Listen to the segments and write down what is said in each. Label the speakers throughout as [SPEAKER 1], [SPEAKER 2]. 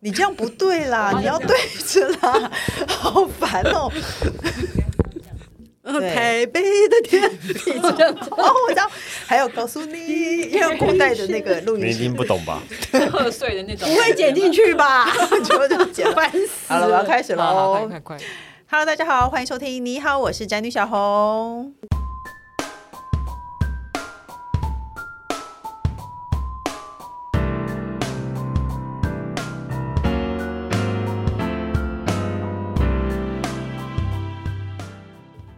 [SPEAKER 1] 你这样不对
[SPEAKER 2] 哦
[SPEAKER 1] 啦，你要对着啦， 好烦 哦。
[SPEAKER 2] 嗯
[SPEAKER 1] 对
[SPEAKER 2] 台北的天地这样 子，
[SPEAKER 1] 哦，我知道，还有告诉你，因为古代的那个录
[SPEAKER 3] 你
[SPEAKER 1] 音
[SPEAKER 3] 一
[SPEAKER 1] 师
[SPEAKER 3] 定不懂吧？
[SPEAKER 4] 贺岁的那种，
[SPEAKER 2] 不会剪进 去吧？
[SPEAKER 1] 就就剪
[SPEAKER 2] 烦死！
[SPEAKER 1] 好了，我要开始
[SPEAKER 4] 好好
[SPEAKER 2] 哦
[SPEAKER 1] 喽。
[SPEAKER 4] 快快快！
[SPEAKER 1] Hello，大家好，欢迎收听。你好，我是宅女小红。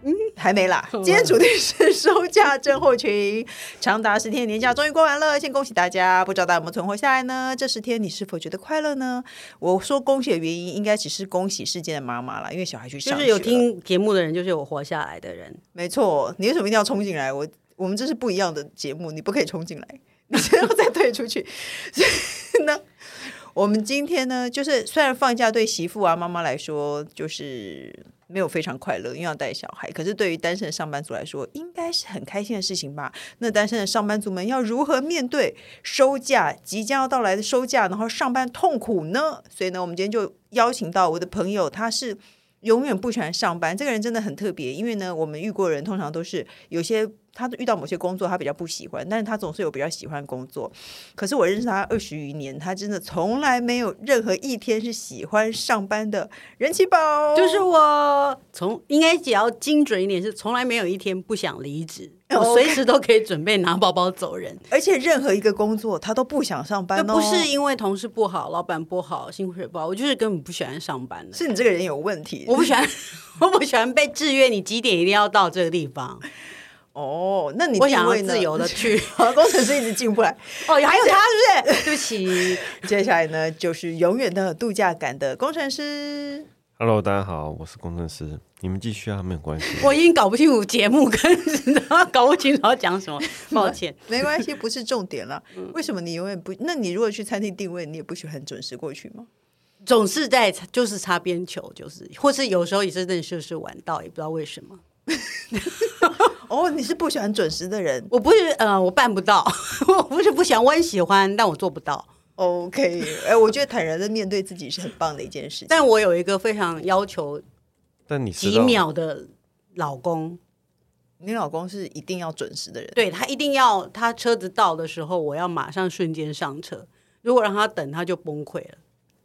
[SPEAKER 1] 嗯，还没啦。今天主题是收假症候群，长达十天的年假终于过完了，先恭喜大家！不知道大家有没有存活下来呢？这十天你是否觉得快乐呢？我说恭喜的原因，应该只是恭喜事件的妈妈啦，因为小孩去上
[SPEAKER 2] 就
[SPEAKER 1] 学
[SPEAKER 2] 是有
[SPEAKER 1] 了
[SPEAKER 2] 听节目的人，就是有活下来的人。
[SPEAKER 1] 没错，你为什么一定要冲进来？我我们这是不一样的节目，你不可以冲进来， 你先要再退出去。 所以呢，我们今天呢，就是虽然放假对媳妇啊、妈妈来说就是没有非常快乐，因为要带小孩，可是对于单身的上班族来说，应该是很开心的事情吧？那单身的上班族们要如何面对收假即将要到来的收假，然后上班痛苦呢？所以呢，我们今天就邀请到我的朋友，他是。永远不喜欢上班，这个人真的很特别。因为呢，我们遇过的人通常都是有些他遇到某些工作他比较不喜欢，但是他总是有比较喜欢的工作。可是我认识他二十余年，他真的从来没有任何一天是喜欢上班的。人气宝
[SPEAKER 2] 就是我从应该只要精准一点，是从来没有一天不想离职，
[SPEAKER 1] 哦
[SPEAKER 2] 我
[SPEAKER 1] OK
[SPEAKER 2] 随时都可以准备拿包包走 人。
[SPEAKER 1] 而且任何一个工作他都不想上班
[SPEAKER 2] 就
[SPEAKER 1] 哦，
[SPEAKER 2] 不是因为同事不好、老板不好、薪水不好，我就是根本不喜欢上班的。
[SPEAKER 1] 是你这个人有问题。
[SPEAKER 2] 我不喜欢， 我不喜欢被制约，你几点一定要到这个地方。
[SPEAKER 1] 哦，那你
[SPEAKER 2] 我想
[SPEAKER 1] 定位
[SPEAKER 2] 要
[SPEAKER 1] 呢
[SPEAKER 2] 自由的，去。
[SPEAKER 1] 好 工程师一直进不来。
[SPEAKER 2] 哦，还 有他是不是？对不起，
[SPEAKER 1] 接下来呢，就是永远都有度假感的工程师。
[SPEAKER 3] Hello，大家好，我是工程师，你们继续啊，没 有关系。
[SPEAKER 2] 我已经搞不清楚节目跟 搞不清楚要讲什么，抱歉。
[SPEAKER 1] 没关系，不是重点了。
[SPEAKER 2] 嗯
[SPEAKER 1] 为什么你永远不？那你如果去餐厅定位，你也不喜欢准时过去吗？
[SPEAKER 2] 总是在就是擦边球，就是或是有时候也是真的就是晚到，也不知道为什么。
[SPEAKER 1] 哦，你是不喜欢准时的人。
[SPEAKER 2] 我不是呃，我办不到， 我不是不想，我很喜欢，但我做不到。
[SPEAKER 1] OK，哎、我觉得坦然的面对自己是很棒的一件事情。
[SPEAKER 2] 但我有一个非常要求
[SPEAKER 3] 但你知
[SPEAKER 2] 几
[SPEAKER 3] 道，
[SPEAKER 2] 秒的老公，
[SPEAKER 1] 你老公是一定要准时的人，
[SPEAKER 2] 对他一定要他车子到的时候，我要马上瞬间上车。如果让他等，他就崩溃了，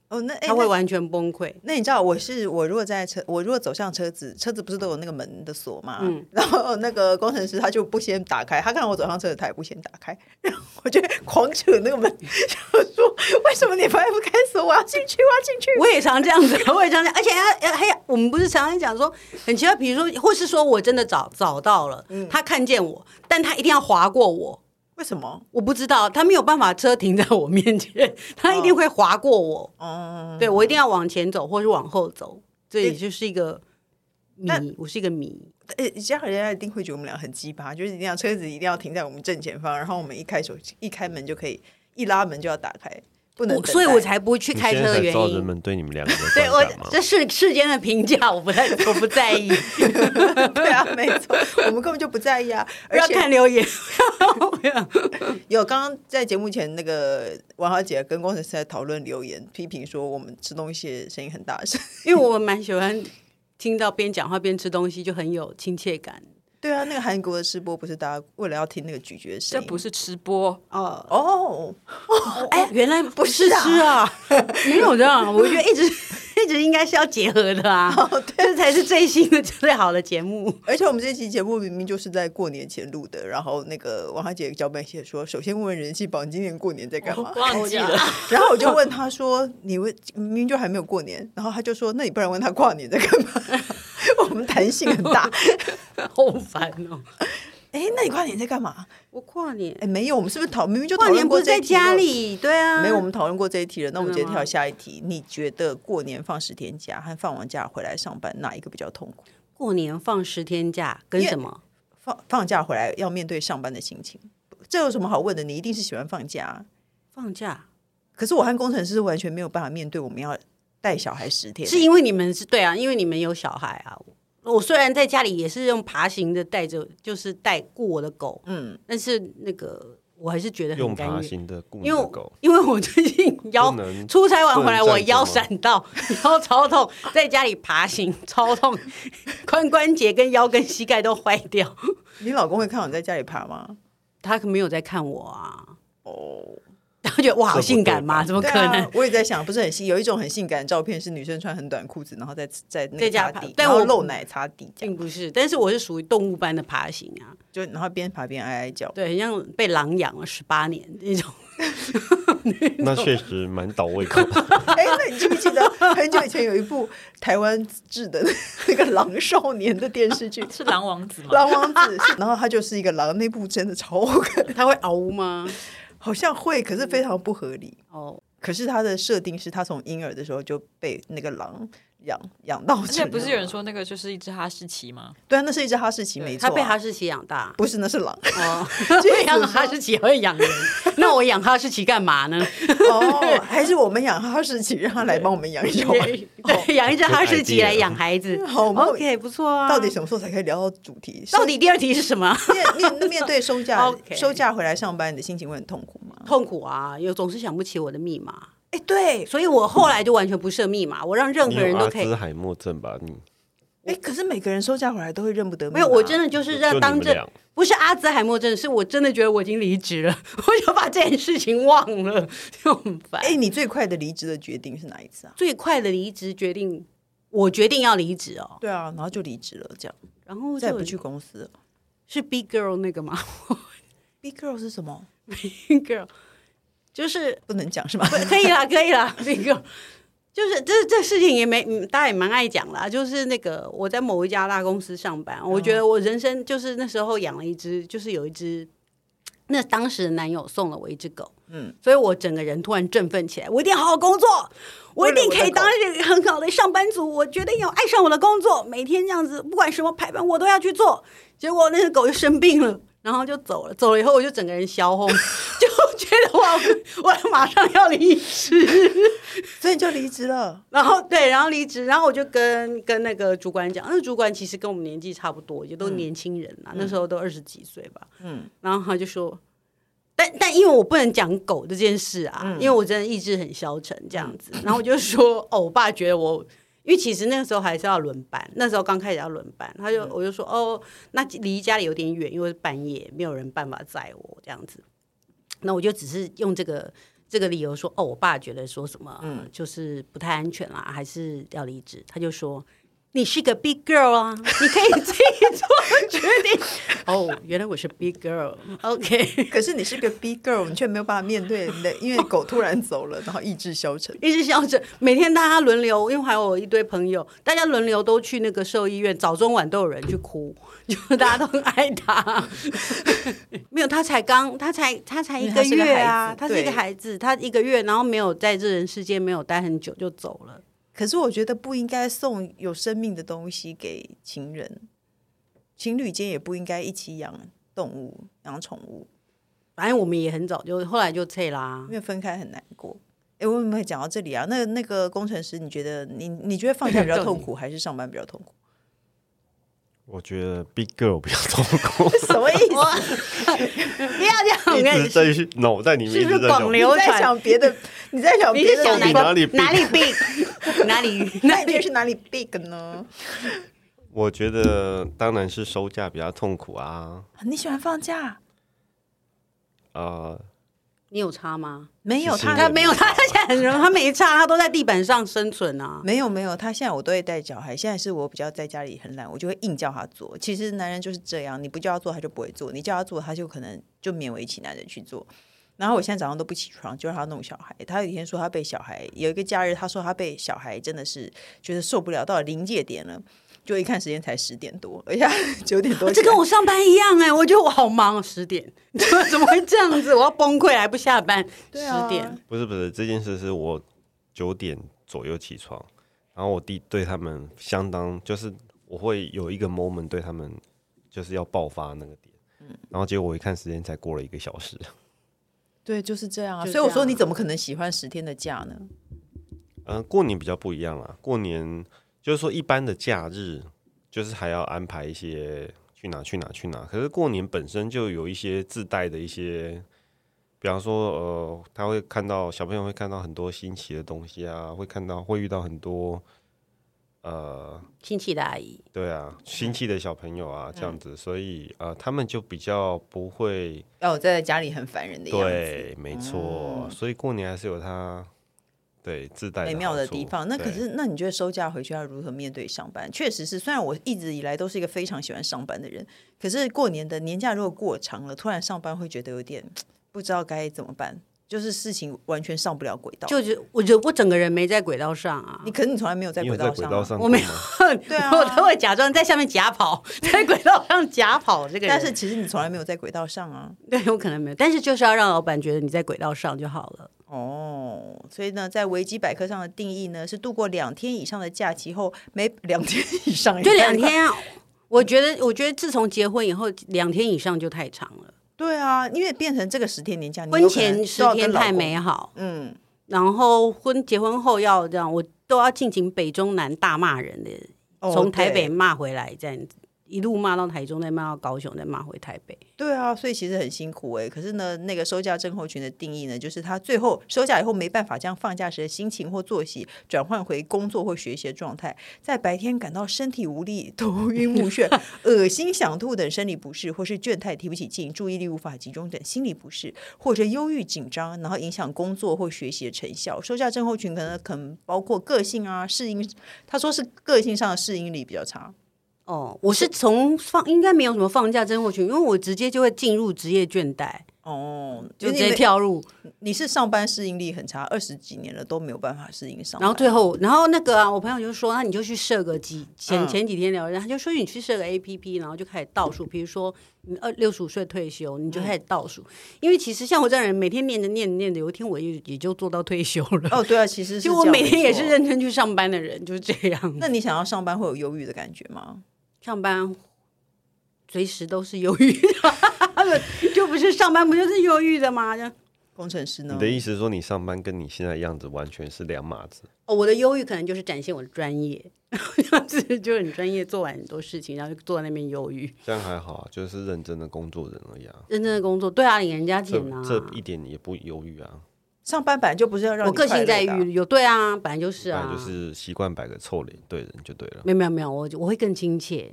[SPEAKER 1] 哦，那哎，
[SPEAKER 2] 他会
[SPEAKER 1] 那
[SPEAKER 2] 完全崩溃。
[SPEAKER 1] 那你知道我是我如果在车，我如果走向车子，车子不是都有那个门的锁嘛？
[SPEAKER 2] 嗯
[SPEAKER 1] 然后那个工程师他就不先打开，他看到我走上车子，他也不先打开，然后我就狂扯那个门， 就说为什么你把不开锁？我要进去，我要进去。
[SPEAKER 2] 我也常这样子，我也常这样，而且还要还要，我们不是常常讲说很奇怪，比如说，或是说我真的找找到了，
[SPEAKER 1] 嗯
[SPEAKER 2] 他看见我，但他一定要划过我，
[SPEAKER 1] 为什么？
[SPEAKER 2] 我不知道，他没有办法车停在我面前，他一定会划过我，
[SPEAKER 1] 嗯，
[SPEAKER 2] 对我一定要往前走，或是往后走，这也就是一个谜
[SPEAKER 1] 那，
[SPEAKER 2] 我是一个谜，
[SPEAKER 1] 呃，这样人家一定会觉得我们俩很鸡巴，就是一定要车子一定要停在我们正前方，然后我们一开手一开门就可以，一拉门就要打开，不能
[SPEAKER 2] 我
[SPEAKER 1] 等待
[SPEAKER 2] 所以我才不会去
[SPEAKER 3] 你
[SPEAKER 2] 开
[SPEAKER 3] 现
[SPEAKER 2] 车
[SPEAKER 3] 在
[SPEAKER 2] 的
[SPEAKER 3] 才
[SPEAKER 2] 原
[SPEAKER 3] 知道人
[SPEAKER 2] 因。
[SPEAKER 3] 们对你们两个的
[SPEAKER 2] 对
[SPEAKER 3] 观
[SPEAKER 2] 我
[SPEAKER 3] 感吗？
[SPEAKER 2] 这是世间的评价，我不太我不在意，
[SPEAKER 1] 对啊，没错，我们根本就不在意啊。
[SPEAKER 2] 不
[SPEAKER 1] 而
[SPEAKER 2] 要
[SPEAKER 1] 且
[SPEAKER 2] 看留言。
[SPEAKER 1] 有刚刚在节目前，那个王小姐跟工程师在讨论留言，批评说我们吃东西的声音很大声。
[SPEAKER 2] 因为我蛮喜欢听到边讲话边吃东西，就很有亲切感。
[SPEAKER 1] 对啊，那个韩国的吃播不是大家为了要听那个咀嚼声
[SPEAKER 4] 这
[SPEAKER 1] 音，
[SPEAKER 4] 不是吃播，
[SPEAKER 2] 哦，
[SPEAKER 1] 哦，
[SPEAKER 2] 哎，原来不
[SPEAKER 1] 是啊
[SPEAKER 2] 吃啊， 没有这样，我觉得一直 一直应该是要结合的啊，这才是最新的最好的节目。
[SPEAKER 1] 而且我们这期节目明明就是在过年前录的，然后那个王小姐脚本写说，首先问问人气宝，你今年过年在干
[SPEAKER 2] 哦
[SPEAKER 1] 嘛？
[SPEAKER 4] 忘记了，？
[SPEAKER 1] 然后我就问他说：“你问明明就还没有过年。”然后他就说：“那你不然问他跨年在干嘛？” 我们弹性很 大。
[SPEAKER 2] 好烦哦！
[SPEAKER 1] 哎，那你跨年在干嘛？
[SPEAKER 2] 我跨年，
[SPEAKER 1] 哎，没有，我们是不是讨明明就讨
[SPEAKER 2] 跨年
[SPEAKER 1] 论
[SPEAKER 2] 不
[SPEAKER 1] 过
[SPEAKER 2] 是
[SPEAKER 1] 这
[SPEAKER 2] 在
[SPEAKER 1] 一题了
[SPEAKER 2] 家？里，对啊，
[SPEAKER 1] 没有，我们讨论过这一题了。那我们
[SPEAKER 2] 真
[SPEAKER 1] 直
[SPEAKER 2] 的
[SPEAKER 1] 接跳
[SPEAKER 2] 吗
[SPEAKER 1] 下一题。你觉得过年放十天假和放完假回来上班，哪一个比较痛苦？
[SPEAKER 2] 过年放十天假跟什么？
[SPEAKER 1] 放放假回来要面对上班的心情，这有什么好问的？你一定是喜欢放假啊、
[SPEAKER 2] 放假
[SPEAKER 1] 可是我和工程师完全没有办法面对我们要带小孩十天，
[SPEAKER 2] 是因为你们是对啊，因为你们有小孩啊。我虽然在家里也是用爬行的带着，就是带顾我的狗，
[SPEAKER 1] 嗯，
[SPEAKER 2] 但是那个我还是觉得很
[SPEAKER 3] 用
[SPEAKER 2] 甘
[SPEAKER 3] 爬
[SPEAKER 2] 愿。
[SPEAKER 3] 行的雇你
[SPEAKER 2] 因为
[SPEAKER 3] 的
[SPEAKER 2] 我
[SPEAKER 3] 狗，
[SPEAKER 2] 因为我最近腰
[SPEAKER 3] 不能
[SPEAKER 2] 出差完回来，
[SPEAKER 3] 不能站着
[SPEAKER 2] 我腰
[SPEAKER 3] 吗
[SPEAKER 2] 闪到， 腰超痛，在家里爬行超痛， 髋关节跟腰跟膝盖都坏掉。
[SPEAKER 1] 你老公会看我在家里爬吗？
[SPEAKER 2] 他可没有在看我啊，
[SPEAKER 1] 哦，
[SPEAKER 2] 他觉得我好
[SPEAKER 3] 这不
[SPEAKER 2] 性感
[SPEAKER 3] 对
[SPEAKER 2] 吗？
[SPEAKER 3] 吧
[SPEAKER 2] 怎么
[SPEAKER 1] 对
[SPEAKER 2] 可能
[SPEAKER 1] 啊？、我也在想，不是很性，有一种很性感的照片是女生穿很短裤子，然后在在那
[SPEAKER 2] 在
[SPEAKER 1] 个
[SPEAKER 2] 家
[SPEAKER 1] 擦
[SPEAKER 2] 爬
[SPEAKER 1] 地，
[SPEAKER 2] 但
[SPEAKER 1] 然后
[SPEAKER 2] 我嗯
[SPEAKER 1] 露奶擦地这样，
[SPEAKER 2] 并不是，但是我是属于动物般的爬行啊，
[SPEAKER 1] 就然后边爬边哀哀叫。
[SPEAKER 2] 对，很像被狼养了十八年那种。
[SPEAKER 3] 那确实蛮倒胃 口的。
[SPEAKER 1] 哎，那你记不记得很久以前有一部台湾制的那个《狼少年》的电视剧
[SPEAKER 4] 是狼王子吗？
[SPEAKER 1] 狼王子是，然后他就是一个狼，那部真的超好看，
[SPEAKER 2] 他会嗷呜吗？
[SPEAKER 1] 好像会，可是非常不合理。
[SPEAKER 2] 哦，
[SPEAKER 1] 可是他的设定是他从婴儿的时候就被那个狼养养到成人，
[SPEAKER 4] 而且不是有人说那个就是一只哈士奇吗？
[SPEAKER 1] 对啊，那是一只哈士奇，没错啊、
[SPEAKER 2] 哦他被哈士奇养大。
[SPEAKER 1] 不是那是狼
[SPEAKER 2] 哦，被养哈士奇会养人，那我养哈士奇干嘛呢？
[SPEAKER 1] 哦，还是我们养哈士奇，让他来帮我们养 一哦条。
[SPEAKER 3] 哦
[SPEAKER 2] 对， 养一只哈士奇来养孩子，
[SPEAKER 1] 好梦
[SPEAKER 2] OK，不错啊。
[SPEAKER 1] 到底什么时候才可以 聊到主题？
[SPEAKER 2] 到底第二题是什么？
[SPEAKER 1] 面面面对收 假
[SPEAKER 2] OK
[SPEAKER 1] 收假回来上班，你的心情会很痛苦吗？
[SPEAKER 2] 痛苦啊，又总是想不起我的密码，
[SPEAKER 1] 哎，对，
[SPEAKER 2] 所以我后来就完全不设密码，我让任
[SPEAKER 3] 你
[SPEAKER 2] 何人
[SPEAKER 3] 有
[SPEAKER 2] 都
[SPEAKER 3] 阿
[SPEAKER 2] 可以
[SPEAKER 3] 兹。海默症吧？你
[SPEAKER 1] 哎，可是每个人收假回来都会认不得密码。啊
[SPEAKER 2] 没有，我真的就是
[SPEAKER 3] 就
[SPEAKER 2] 让
[SPEAKER 3] 你
[SPEAKER 2] 当
[SPEAKER 3] 们
[SPEAKER 2] 这
[SPEAKER 3] 俩
[SPEAKER 2] 不是阿兹海默症，是我真的觉得我已经离职了， 我就把这件事情忘了，就很烦。
[SPEAKER 1] 哎，你最快的离职的决定是哪一次啊？
[SPEAKER 2] 最快的离职决定，我决定要离职哦，
[SPEAKER 1] 对啊，然后就离职了，这样
[SPEAKER 2] 然后
[SPEAKER 1] 再也
[SPEAKER 2] 就
[SPEAKER 1] 不去公司了。
[SPEAKER 2] 是 Big Girl 那个吗
[SPEAKER 1] Big girl 是什么？
[SPEAKER 2] ？Big Girl 就是
[SPEAKER 1] 不能讲是吧？
[SPEAKER 2] 可以啦，可以啦，那个就是这这事情也没，嗯大家也蛮爱讲啦。就是那个我在某一家大公司上班，我觉得我人生就是那时候养了一只，就是有一只。那当时的男友送了我一只狗，嗯，所以我整个人突然振奋起来，我一定好好工作，我一定可以当一个很好的上班族。我决定要爱上我的工作，每天这样子，不管什么排班我都要去做。结果那只狗就生病了，然后就走了，走了以后我就整个人消红， 就觉得哇，我马上要离职。
[SPEAKER 1] 所以你就离职了。
[SPEAKER 2] 然后对，然后离职，然后我就跟跟那个主管讲，那主管其实跟我们年纪差不多，也都年轻人啦，那时候都二十几岁吧。
[SPEAKER 1] 嗯，
[SPEAKER 2] 然后他就说，但但因为我不能讲狗这件事啊，因为我真的意志很消沉这样子。然后我就说，哦，我爸觉得我。因为其实那个时候还是要轮班，那时候刚开始要轮班，他就、我就说哦，那离家里有点远，因为是半夜，没有人办法载我这样子。那我就只是用这个这个理由说，哦，我爸觉得说什么，嗯，就是不太安全啦，还是要离职。他就说，你是个 big girl 啊，你可以自己做决 定。哦，原来我是 big girl，OK，、
[SPEAKER 1] 可是你是个 big girl，你却没有办法面对你的，因为狗突然走了，然后意志消沉。
[SPEAKER 2] 一直笑着，每天大家轮流，因为还有我一堆朋友，大家轮流都去那个兽医院，早中晚都有人去哭，就是大家都很爱 他。没有，他才刚，他才他才一个
[SPEAKER 1] 因为他是个
[SPEAKER 2] 月
[SPEAKER 1] 孩
[SPEAKER 2] 啊
[SPEAKER 1] 子，
[SPEAKER 2] 他是一
[SPEAKER 1] 对
[SPEAKER 2] 个孩子，他一个月，然后没有在这人世间没有待很久就走了。
[SPEAKER 1] 可是我觉得不应该送有生命的东西给情人，情侣间也不应该一起养动物、养宠物，
[SPEAKER 2] 反正我们也很早就后来就退啦
[SPEAKER 1] 因。为分开很难过。哎，我们没有讲到这里啊。那那个工程师，你觉得你你觉得放假比较痛苦，还是上班比较痛苦？
[SPEAKER 3] 我觉得 Big Girl 比较痛 苦，
[SPEAKER 1] 什么意思？
[SPEAKER 2] 不要这样，我
[SPEAKER 3] 一
[SPEAKER 2] 跟
[SPEAKER 3] 直
[SPEAKER 2] 你说，
[SPEAKER 3] 在去脑袋里面
[SPEAKER 2] 是
[SPEAKER 3] 一
[SPEAKER 2] 不是
[SPEAKER 3] 直在想
[SPEAKER 2] 广，
[SPEAKER 1] 你
[SPEAKER 2] 流
[SPEAKER 1] 在
[SPEAKER 2] 传？
[SPEAKER 1] 想别的，你在想
[SPEAKER 2] 你
[SPEAKER 1] 别
[SPEAKER 2] 是
[SPEAKER 1] 的
[SPEAKER 2] 小
[SPEAKER 1] 东
[SPEAKER 2] 南
[SPEAKER 1] 西
[SPEAKER 3] 比
[SPEAKER 2] 瓜
[SPEAKER 1] 吗？
[SPEAKER 2] 哪
[SPEAKER 3] 哪里
[SPEAKER 2] 里 big？哪里
[SPEAKER 1] 那
[SPEAKER 2] 哪
[SPEAKER 1] 你觉
[SPEAKER 2] 里
[SPEAKER 1] 得是哪里 big 呢？
[SPEAKER 3] 我觉得当然是收假比较痛苦啊，
[SPEAKER 1] 你喜欢放假？
[SPEAKER 3] 呃，
[SPEAKER 2] 你有差吗？
[SPEAKER 1] 没有
[SPEAKER 3] 其实
[SPEAKER 1] 他，
[SPEAKER 3] 也
[SPEAKER 2] 他没有，他现在很容易他没差，他都在地板上生存啊。
[SPEAKER 1] 没有没有，他现在我都会带小孩，现在是我比较在家里很懒，我就会硬叫他做。其实男人就是这样，你不叫他做他就不会做，你叫他做他就可能就勉为其难的去做。然后我现在早上都不起床，就让他弄小孩。他有一天说他被小孩有一个假日，他说他被小孩真的是觉得受不了，到了临界点了，就一看时间才十点多，而且他九点多起
[SPEAKER 2] 这
[SPEAKER 1] 来。
[SPEAKER 2] 跟我上班一样哎、我觉得我好忙，十点， 怎么怎么会这样子？我要崩溃，还不下班，
[SPEAKER 1] 对啊
[SPEAKER 2] 十点。
[SPEAKER 3] 不是不是，这件事是我九点左右起床，然后我弟对他们相当，就是我会有一个 moment 对他们就是要爆发那个点，然后结果我一看时间才过了一个小时，
[SPEAKER 1] 对，就是这样啊。
[SPEAKER 2] 就
[SPEAKER 1] 所以我
[SPEAKER 2] 这
[SPEAKER 1] 说
[SPEAKER 2] 样
[SPEAKER 1] 你
[SPEAKER 2] 啊
[SPEAKER 1] 怎么可能喜欢十天的假呢？
[SPEAKER 3] 呃，过年比较不一样啦，过年就是说一般的假日，就是还要安排一些去哪去哪去哪，可是过年本身就有一些自带的一些比方说，呃，他会看到小朋友会看到很多新奇的东西啊，会看到会遇到很多，呃，
[SPEAKER 2] 亲戚的阿姨，
[SPEAKER 3] 对啊，新奇的小朋友啊，这样
[SPEAKER 1] 嗯
[SPEAKER 3] 子，所以呃，他们就比较不会，
[SPEAKER 1] 哦要我在家里很烦人的样子，
[SPEAKER 3] 对，没错，所以过年还是有它对自带
[SPEAKER 1] 美妙的
[SPEAKER 3] 好处
[SPEAKER 1] 地方。那可
[SPEAKER 3] 对
[SPEAKER 1] 是，那你觉得收假回去要如何面对上班？确实是，虽然我一直以来都是一个非常喜欢上班的人，可是过年的年假如果过长了，突然上班会觉得有点不知道该怎么办，就是事情完全上不了轨道。
[SPEAKER 2] 就觉我觉得我整个人没在轨道上啊
[SPEAKER 1] 你，可是你从来没有在
[SPEAKER 3] 你
[SPEAKER 1] 轨
[SPEAKER 3] 有在
[SPEAKER 1] 道
[SPEAKER 3] 轨
[SPEAKER 1] 上
[SPEAKER 3] 道
[SPEAKER 1] 啊，
[SPEAKER 3] 上
[SPEAKER 2] 我
[SPEAKER 3] 过
[SPEAKER 2] 没有
[SPEAKER 3] 吗
[SPEAKER 2] 对
[SPEAKER 1] 啊
[SPEAKER 2] 我都会假装在下面假跑，在轨道上假跑这个人，
[SPEAKER 1] 但是其实你从来没有在轨道上啊。
[SPEAKER 2] 对我可能没有，但是就是要让老板觉得你在轨道上就好了。
[SPEAKER 1] 哦，所以呢，在维基百科上的定义呢，是度过两天以上的假期后，每两天以上也
[SPEAKER 2] 就
[SPEAKER 1] 太
[SPEAKER 2] 两，天啊，我觉得，我觉得自从结婚以后，两天以上就太长了。
[SPEAKER 1] 对啊，因为变成这个十天年假，你有
[SPEAKER 2] 婚
[SPEAKER 1] 可能
[SPEAKER 2] 前
[SPEAKER 1] 都
[SPEAKER 2] 十
[SPEAKER 1] 要
[SPEAKER 2] 天
[SPEAKER 1] 跟老
[SPEAKER 2] 太
[SPEAKER 1] 公
[SPEAKER 2] 美啊好，
[SPEAKER 1] 嗯，
[SPEAKER 2] 然后婚结婚后要这样，我都要进行北中南大骂人的，
[SPEAKER 1] 哦
[SPEAKER 2] 从台北
[SPEAKER 1] 对
[SPEAKER 2] 骂回来这样子。一路骂到台中，再骂到高雄，再骂回台北。
[SPEAKER 1] 对啊，所以其实很辛苦哎、可是呢，那个收假症候群的定义呢，就是他最后收假以后没办法将放假时的心情或作息转换回工作或学习的状态，在白天感到身体无力、头晕目 眩、恶心、想吐等生理不适，或是倦怠、提不起劲、注意力无法集中等心理不适，或者忧郁、紧张，然后影响工作或学习的成效。收假症候群可能可能包括个性啊、适应，他说是个性上的适应力比较差。
[SPEAKER 2] 哦，我是从放应该没有什么放假真候群，因为我直接就会进入职业倦怠，
[SPEAKER 1] 哦，
[SPEAKER 2] 就直
[SPEAKER 1] 因
[SPEAKER 2] 接
[SPEAKER 1] 为
[SPEAKER 2] 跳入。
[SPEAKER 1] 你是上班适应力很差，二十几年了都没有办法适应上班。
[SPEAKER 2] 然后最后，然后那个啊，我朋友就说，那你就去设个几前
[SPEAKER 1] 嗯
[SPEAKER 2] 前几天聊，然后他就说你去设个 A P P，然后就开始倒数，比如说你二六十五岁退休，你就开始倒
[SPEAKER 1] 嗯
[SPEAKER 2] 数。因为其实像我这样人，每天念着念着念着，有一天我也也就做到退休了。
[SPEAKER 1] 哦，对啊，其实是
[SPEAKER 2] 就我
[SPEAKER 1] 这样
[SPEAKER 2] 每天也是
[SPEAKER 1] 没错
[SPEAKER 2] 认真去上班的人，就是这样。
[SPEAKER 1] 那你想要上班会有忧郁的感觉吗？
[SPEAKER 2] 上班随时都是忧郁的， 就不是上班不就是忧郁的吗？
[SPEAKER 1] 工程师呢？
[SPEAKER 2] 嗯
[SPEAKER 3] 你的意思是说，你上班跟你现在的样子完全是两码子，
[SPEAKER 2] 哦，我的忧郁可能就是展现我的专业， 就是就是很专业，做完很多事情，然后就坐在那边忧郁。
[SPEAKER 3] 这样还好啊，就是认真的工作人而已啊。
[SPEAKER 2] 认真的工作，对啊，领人家
[SPEAKER 3] 这
[SPEAKER 2] 钱啊。
[SPEAKER 3] 这一点也不犹豫啊，
[SPEAKER 1] 上班本来就不是要让
[SPEAKER 2] 我
[SPEAKER 1] 你
[SPEAKER 2] 个
[SPEAKER 1] 快
[SPEAKER 2] 性
[SPEAKER 1] 乐
[SPEAKER 2] 在
[SPEAKER 1] 的啊
[SPEAKER 2] 于有对啊，本来就是
[SPEAKER 3] 反
[SPEAKER 2] 啊，
[SPEAKER 3] 正就是习惯摆个臭脸对人就对了。
[SPEAKER 2] 没有没有没有，我我会更亲切。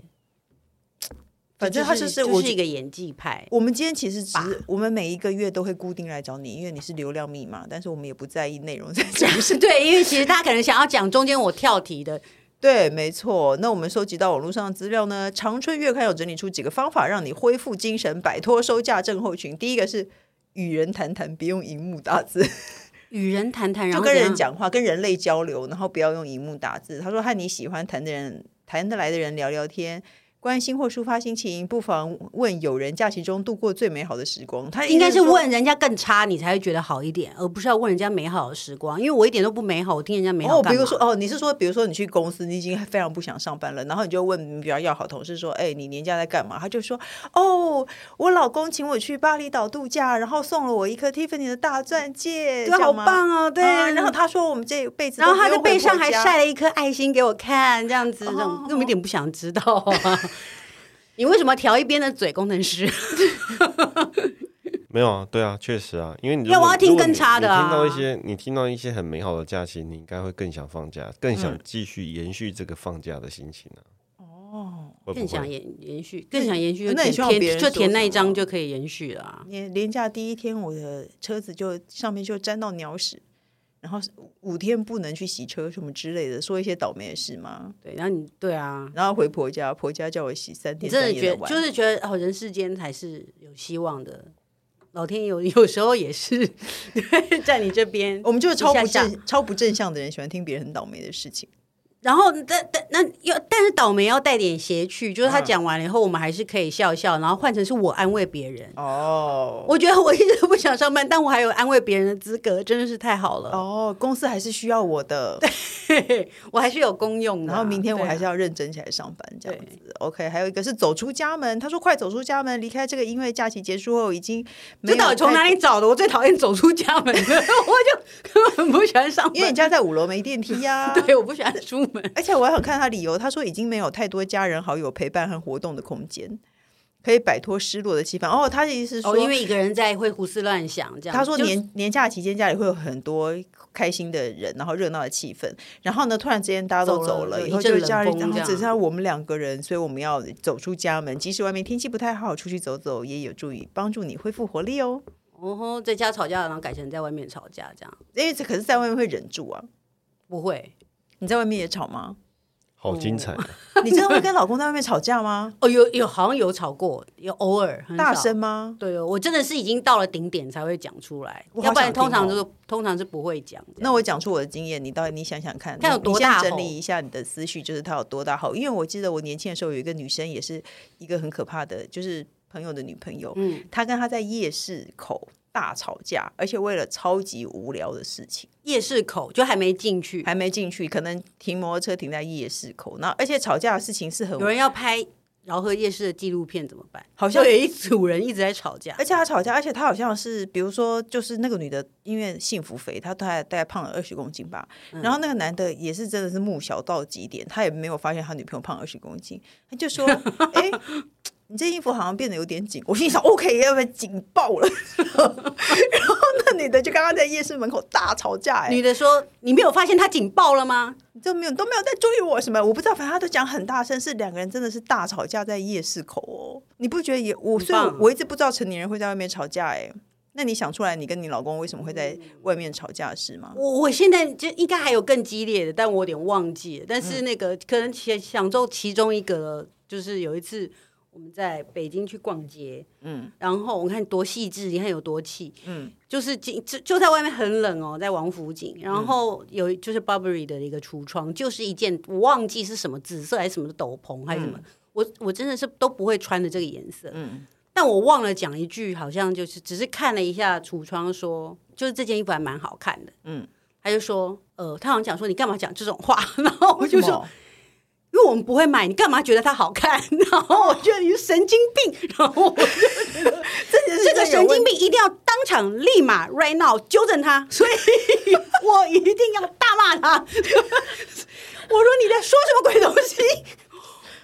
[SPEAKER 1] 反正
[SPEAKER 2] 就
[SPEAKER 1] 他
[SPEAKER 2] 是
[SPEAKER 1] 就是
[SPEAKER 2] 就
[SPEAKER 1] 我
[SPEAKER 2] 是一个演技派，
[SPEAKER 1] 我们今天其实只是我们每一个月都会固定来找你，因为你是流量密码，但是我们也不在意内容在讲什么。
[SPEAKER 2] 是对，因为其实大家可能想要讲中间我跳题的，
[SPEAKER 1] 对，没错。那我们收集到网络上的资料呢，《长春月刊》有整理出几个方法让你恢复精神、摆脱收假症候群。第一个是与人谈谈，别用荧幕打字。
[SPEAKER 2] 与人谈谈，然
[SPEAKER 1] 就
[SPEAKER 2] 后
[SPEAKER 1] 跟
[SPEAKER 2] 怎
[SPEAKER 1] 人
[SPEAKER 2] 样，
[SPEAKER 1] 讲话，跟人类交流，然后不要用荧幕打字。他说和你喜欢谈的人、谈得来的人聊聊天，关心或抒发心情，不妨问友人假期中度过最美好的时光。他
[SPEAKER 2] 应该是
[SPEAKER 1] 说，哦
[SPEAKER 2] 问人家更差，你才会觉得好一点，而不是要问人家美好的时光，因为我一点都不美好，我听人家美好
[SPEAKER 1] 哦，
[SPEAKER 2] 干
[SPEAKER 1] 比
[SPEAKER 2] 嘛？
[SPEAKER 1] 如说，哦，你是说，比如说你去公司，你已经非常不想上班了，然后你就问你比较要好同事说，哎，你年假在干嘛？他就说，哦，我老公请我去巴厘岛度假，然后送了我一颗 Tiffany 的大钻戒，
[SPEAKER 2] 对啊，
[SPEAKER 1] 这
[SPEAKER 2] 好
[SPEAKER 1] 样吗
[SPEAKER 2] 棒哦，对啊，
[SPEAKER 1] 啊然后他说我们这辈子
[SPEAKER 2] 然
[SPEAKER 1] 都
[SPEAKER 2] 后
[SPEAKER 1] 不用
[SPEAKER 2] 他
[SPEAKER 1] 回婆家，
[SPEAKER 2] 的背上还晒了一颗爱心给我看，这样子，
[SPEAKER 1] 哦
[SPEAKER 2] 这种根本一点不想知道 啊。你为什么调一边的嘴，工程师？
[SPEAKER 3] 没有啊，对啊，确实啊，因为你如
[SPEAKER 2] 要
[SPEAKER 3] 果
[SPEAKER 2] 我要听
[SPEAKER 3] 如果
[SPEAKER 2] 更
[SPEAKER 3] 你
[SPEAKER 2] 差的啊
[SPEAKER 3] 你听到一些你听到一些很美好的假期，你应该会更想放假，更
[SPEAKER 2] 嗯
[SPEAKER 3] 想继续延续这个放假的心情啊。哦，会不
[SPEAKER 2] 更想
[SPEAKER 3] 会？
[SPEAKER 2] 延延续，更想延续，
[SPEAKER 1] 那你希
[SPEAKER 2] 就
[SPEAKER 1] 望别
[SPEAKER 2] 填
[SPEAKER 1] 人
[SPEAKER 2] 就
[SPEAKER 1] 说
[SPEAKER 2] 填那一
[SPEAKER 1] 什么
[SPEAKER 2] 张就可以延续了啊。
[SPEAKER 1] 年连假第一天，我的车子就上面就沾到鸟屎，然后五天不能去洗车什么之类的，说一些倒霉的事嘛。
[SPEAKER 2] 对，然后你对啊，
[SPEAKER 1] 然后回婆家，婆家叫我洗三
[SPEAKER 2] 你
[SPEAKER 1] 天
[SPEAKER 2] 真
[SPEAKER 1] 三
[SPEAKER 2] 的
[SPEAKER 1] 夜
[SPEAKER 2] 觉
[SPEAKER 1] 的
[SPEAKER 2] 得
[SPEAKER 1] 碗，
[SPEAKER 2] 就是觉得哦，人世间才是有希望的。老天有有时候也是 对在你这边，
[SPEAKER 1] 我们就是超
[SPEAKER 2] 一下
[SPEAKER 1] 不
[SPEAKER 2] 下
[SPEAKER 1] 正超不正向的人，喜欢听别人很倒霉的事情。
[SPEAKER 2] 然后但但那要但是倒霉要带点邪趣，就是
[SPEAKER 1] 嗯
[SPEAKER 2] 他讲完了以后，我们还是可以笑一笑，然后换成是我安慰别人。
[SPEAKER 1] 哦
[SPEAKER 2] 我觉得我一直都不想上班，但我还有安慰别人的资格，真的是太好了。
[SPEAKER 1] 哦，公司还是需要我的，
[SPEAKER 2] 我还是有公用的啊、
[SPEAKER 1] 然后明天我还是
[SPEAKER 2] 啊对啊
[SPEAKER 1] 要认真起来上班，这样
[SPEAKER 2] 对
[SPEAKER 1] 子。OK，还有一个是走出家门，他说快走出家门，离开这个因为假期结束后已经没
[SPEAKER 2] 这
[SPEAKER 1] 有
[SPEAKER 2] 到底从
[SPEAKER 1] 太
[SPEAKER 2] 哪里找的？我最讨厌走出家门了， 我就根本不喜欢上班，
[SPEAKER 1] 因为你家在五楼没电梯呀、
[SPEAKER 2] 对，我不喜欢出门。
[SPEAKER 1] 而且我还很看他理由，他说已经没有太多家人好友陪伴和活动的空间。可以摆脱失落的气氛。哦，他的意 思是说，
[SPEAKER 2] 哦，因为一个人在会胡思乱想这样。
[SPEAKER 1] 他说
[SPEAKER 2] 就是
[SPEAKER 1] 年年假期间家里会有很多开心的人，然后热闹的气氛，然后呢，突然之间大家都
[SPEAKER 2] 走
[SPEAKER 1] 走了，
[SPEAKER 2] 了对
[SPEAKER 1] 以后
[SPEAKER 2] 一阵
[SPEAKER 1] 就是
[SPEAKER 2] 冷
[SPEAKER 1] 家里，
[SPEAKER 2] 风
[SPEAKER 1] 然后
[SPEAKER 2] 这样
[SPEAKER 1] 只剩下我们两个人，所以我们要走出家门，即使外面天气不太好，出去走走也有助于帮助你恢复活力哦。
[SPEAKER 2] 哦吼，在家吵架，然后改成在外面吵架这样，
[SPEAKER 1] 因为这可是在外面会忍住啊，
[SPEAKER 2] 不会。
[SPEAKER 1] 你在外面也吵吗？
[SPEAKER 3] 好
[SPEAKER 2] 嗯
[SPEAKER 3] 精彩啊！
[SPEAKER 1] 你真的会跟老公在外面吵架吗？
[SPEAKER 2] 哦，有有好像有吵过，有偶尔 很少
[SPEAKER 1] 大声。吗？
[SPEAKER 2] 对哦，我真的是已经到了顶点才会讲出来，
[SPEAKER 1] 我好
[SPEAKER 2] 要不然
[SPEAKER 1] 想
[SPEAKER 2] 通常
[SPEAKER 1] 听
[SPEAKER 2] 就
[SPEAKER 1] 哦
[SPEAKER 2] 是通常是不会讲这样。
[SPEAKER 1] 那我讲出我的经验，你到底你想想看，
[SPEAKER 2] 他有
[SPEAKER 1] 你
[SPEAKER 2] 多
[SPEAKER 1] 你现在
[SPEAKER 2] 大吼
[SPEAKER 1] 整理一下你的思绪，就是他有多大吼？因为我记得我年轻的时候有一个女生，也是一个很可怕的，就是朋友的女朋友，
[SPEAKER 2] 嗯，
[SPEAKER 1] 她跟她在夜市口大吵架，而且为了超级无聊的事情，
[SPEAKER 2] 夜市口就还没进去，
[SPEAKER 1] 还没进去，可能停摩托车停在夜市口，那而且吵架的事情是很
[SPEAKER 2] 有人要拍饶河夜市的纪录片怎么办？
[SPEAKER 1] 好像
[SPEAKER 2] 就有一组人一直在吵架
[SPEAKER 1] 而，且他吵架，而且他好像是，比如说，就是那个女的，因为幸福肥，她大概大概胖了二十公斤吧。
[SPEAKER 2] 嗯
[SPEAKER 1] 然后那个男的也是真的是目小到极点，他也没有发现他女朋友胖二十公斤，他就 说：“哎、你这衣服好像变得有点紧。”我心里想：“OK，要不要紧爆了？” 然后那女的就刚刚在夜市门口大吵架、哎，
[SPEAKER 2] 女的说：“你没有发现他警报了吗
[SPEAKER 1] 你都没有都没有在注意我什么，我不知道，反正他都讲很大声，是两个人真的是大吵架在夜市口哦。你不觉得也我？
[SPEAKER 2] 很
[SPEAKER 1] 所以
[SPEAKER 2] 棒
[SPEAKER 1] 我我一直不知道成年人会在外面吵架哎、那你想出来你跟你老公为什么会在外面吵架的事吗？”？
[SPEAKER 2] 我我现在就应该还有更激烈的，但我有点忘记了。但是那个、可能想想中其中一个，就是有一次我们在北京去逛街，嗯，然后我看多细致，你看有多气，嗯，就是进就就在外面很冷哦，在王府井，然
[SPEAKER 1] 嗯
[SPEAKER 2] 后有就是 Burberry 的一个橱窗，就是一件我忘记是什么紫色还是什么斗篷还
[SPEAKER 1] 嗯
[SPEAKER 2] 是什么，我我真的是都不会穿的这个颜色，但我忘了讲一句，好像就是只是看了一下橱窗说就是这件衣服还蛮好看的，嗯，他就说，呃，他好像讲说你干嘛讲这种话， 然后我就
[SPEAKER 1] 为什
[SPEAKER 2] 说，
[SPEAKER 1] 么
[SPEAKER 2] 因为我们不会买，你干嘛觉得它好看？ 然后我觉得你是神经病， 然后我就觉得这个神经病一定要当场立马 right now 纠正他，所以我一定要大骂他。我说你在说什么鬼东西？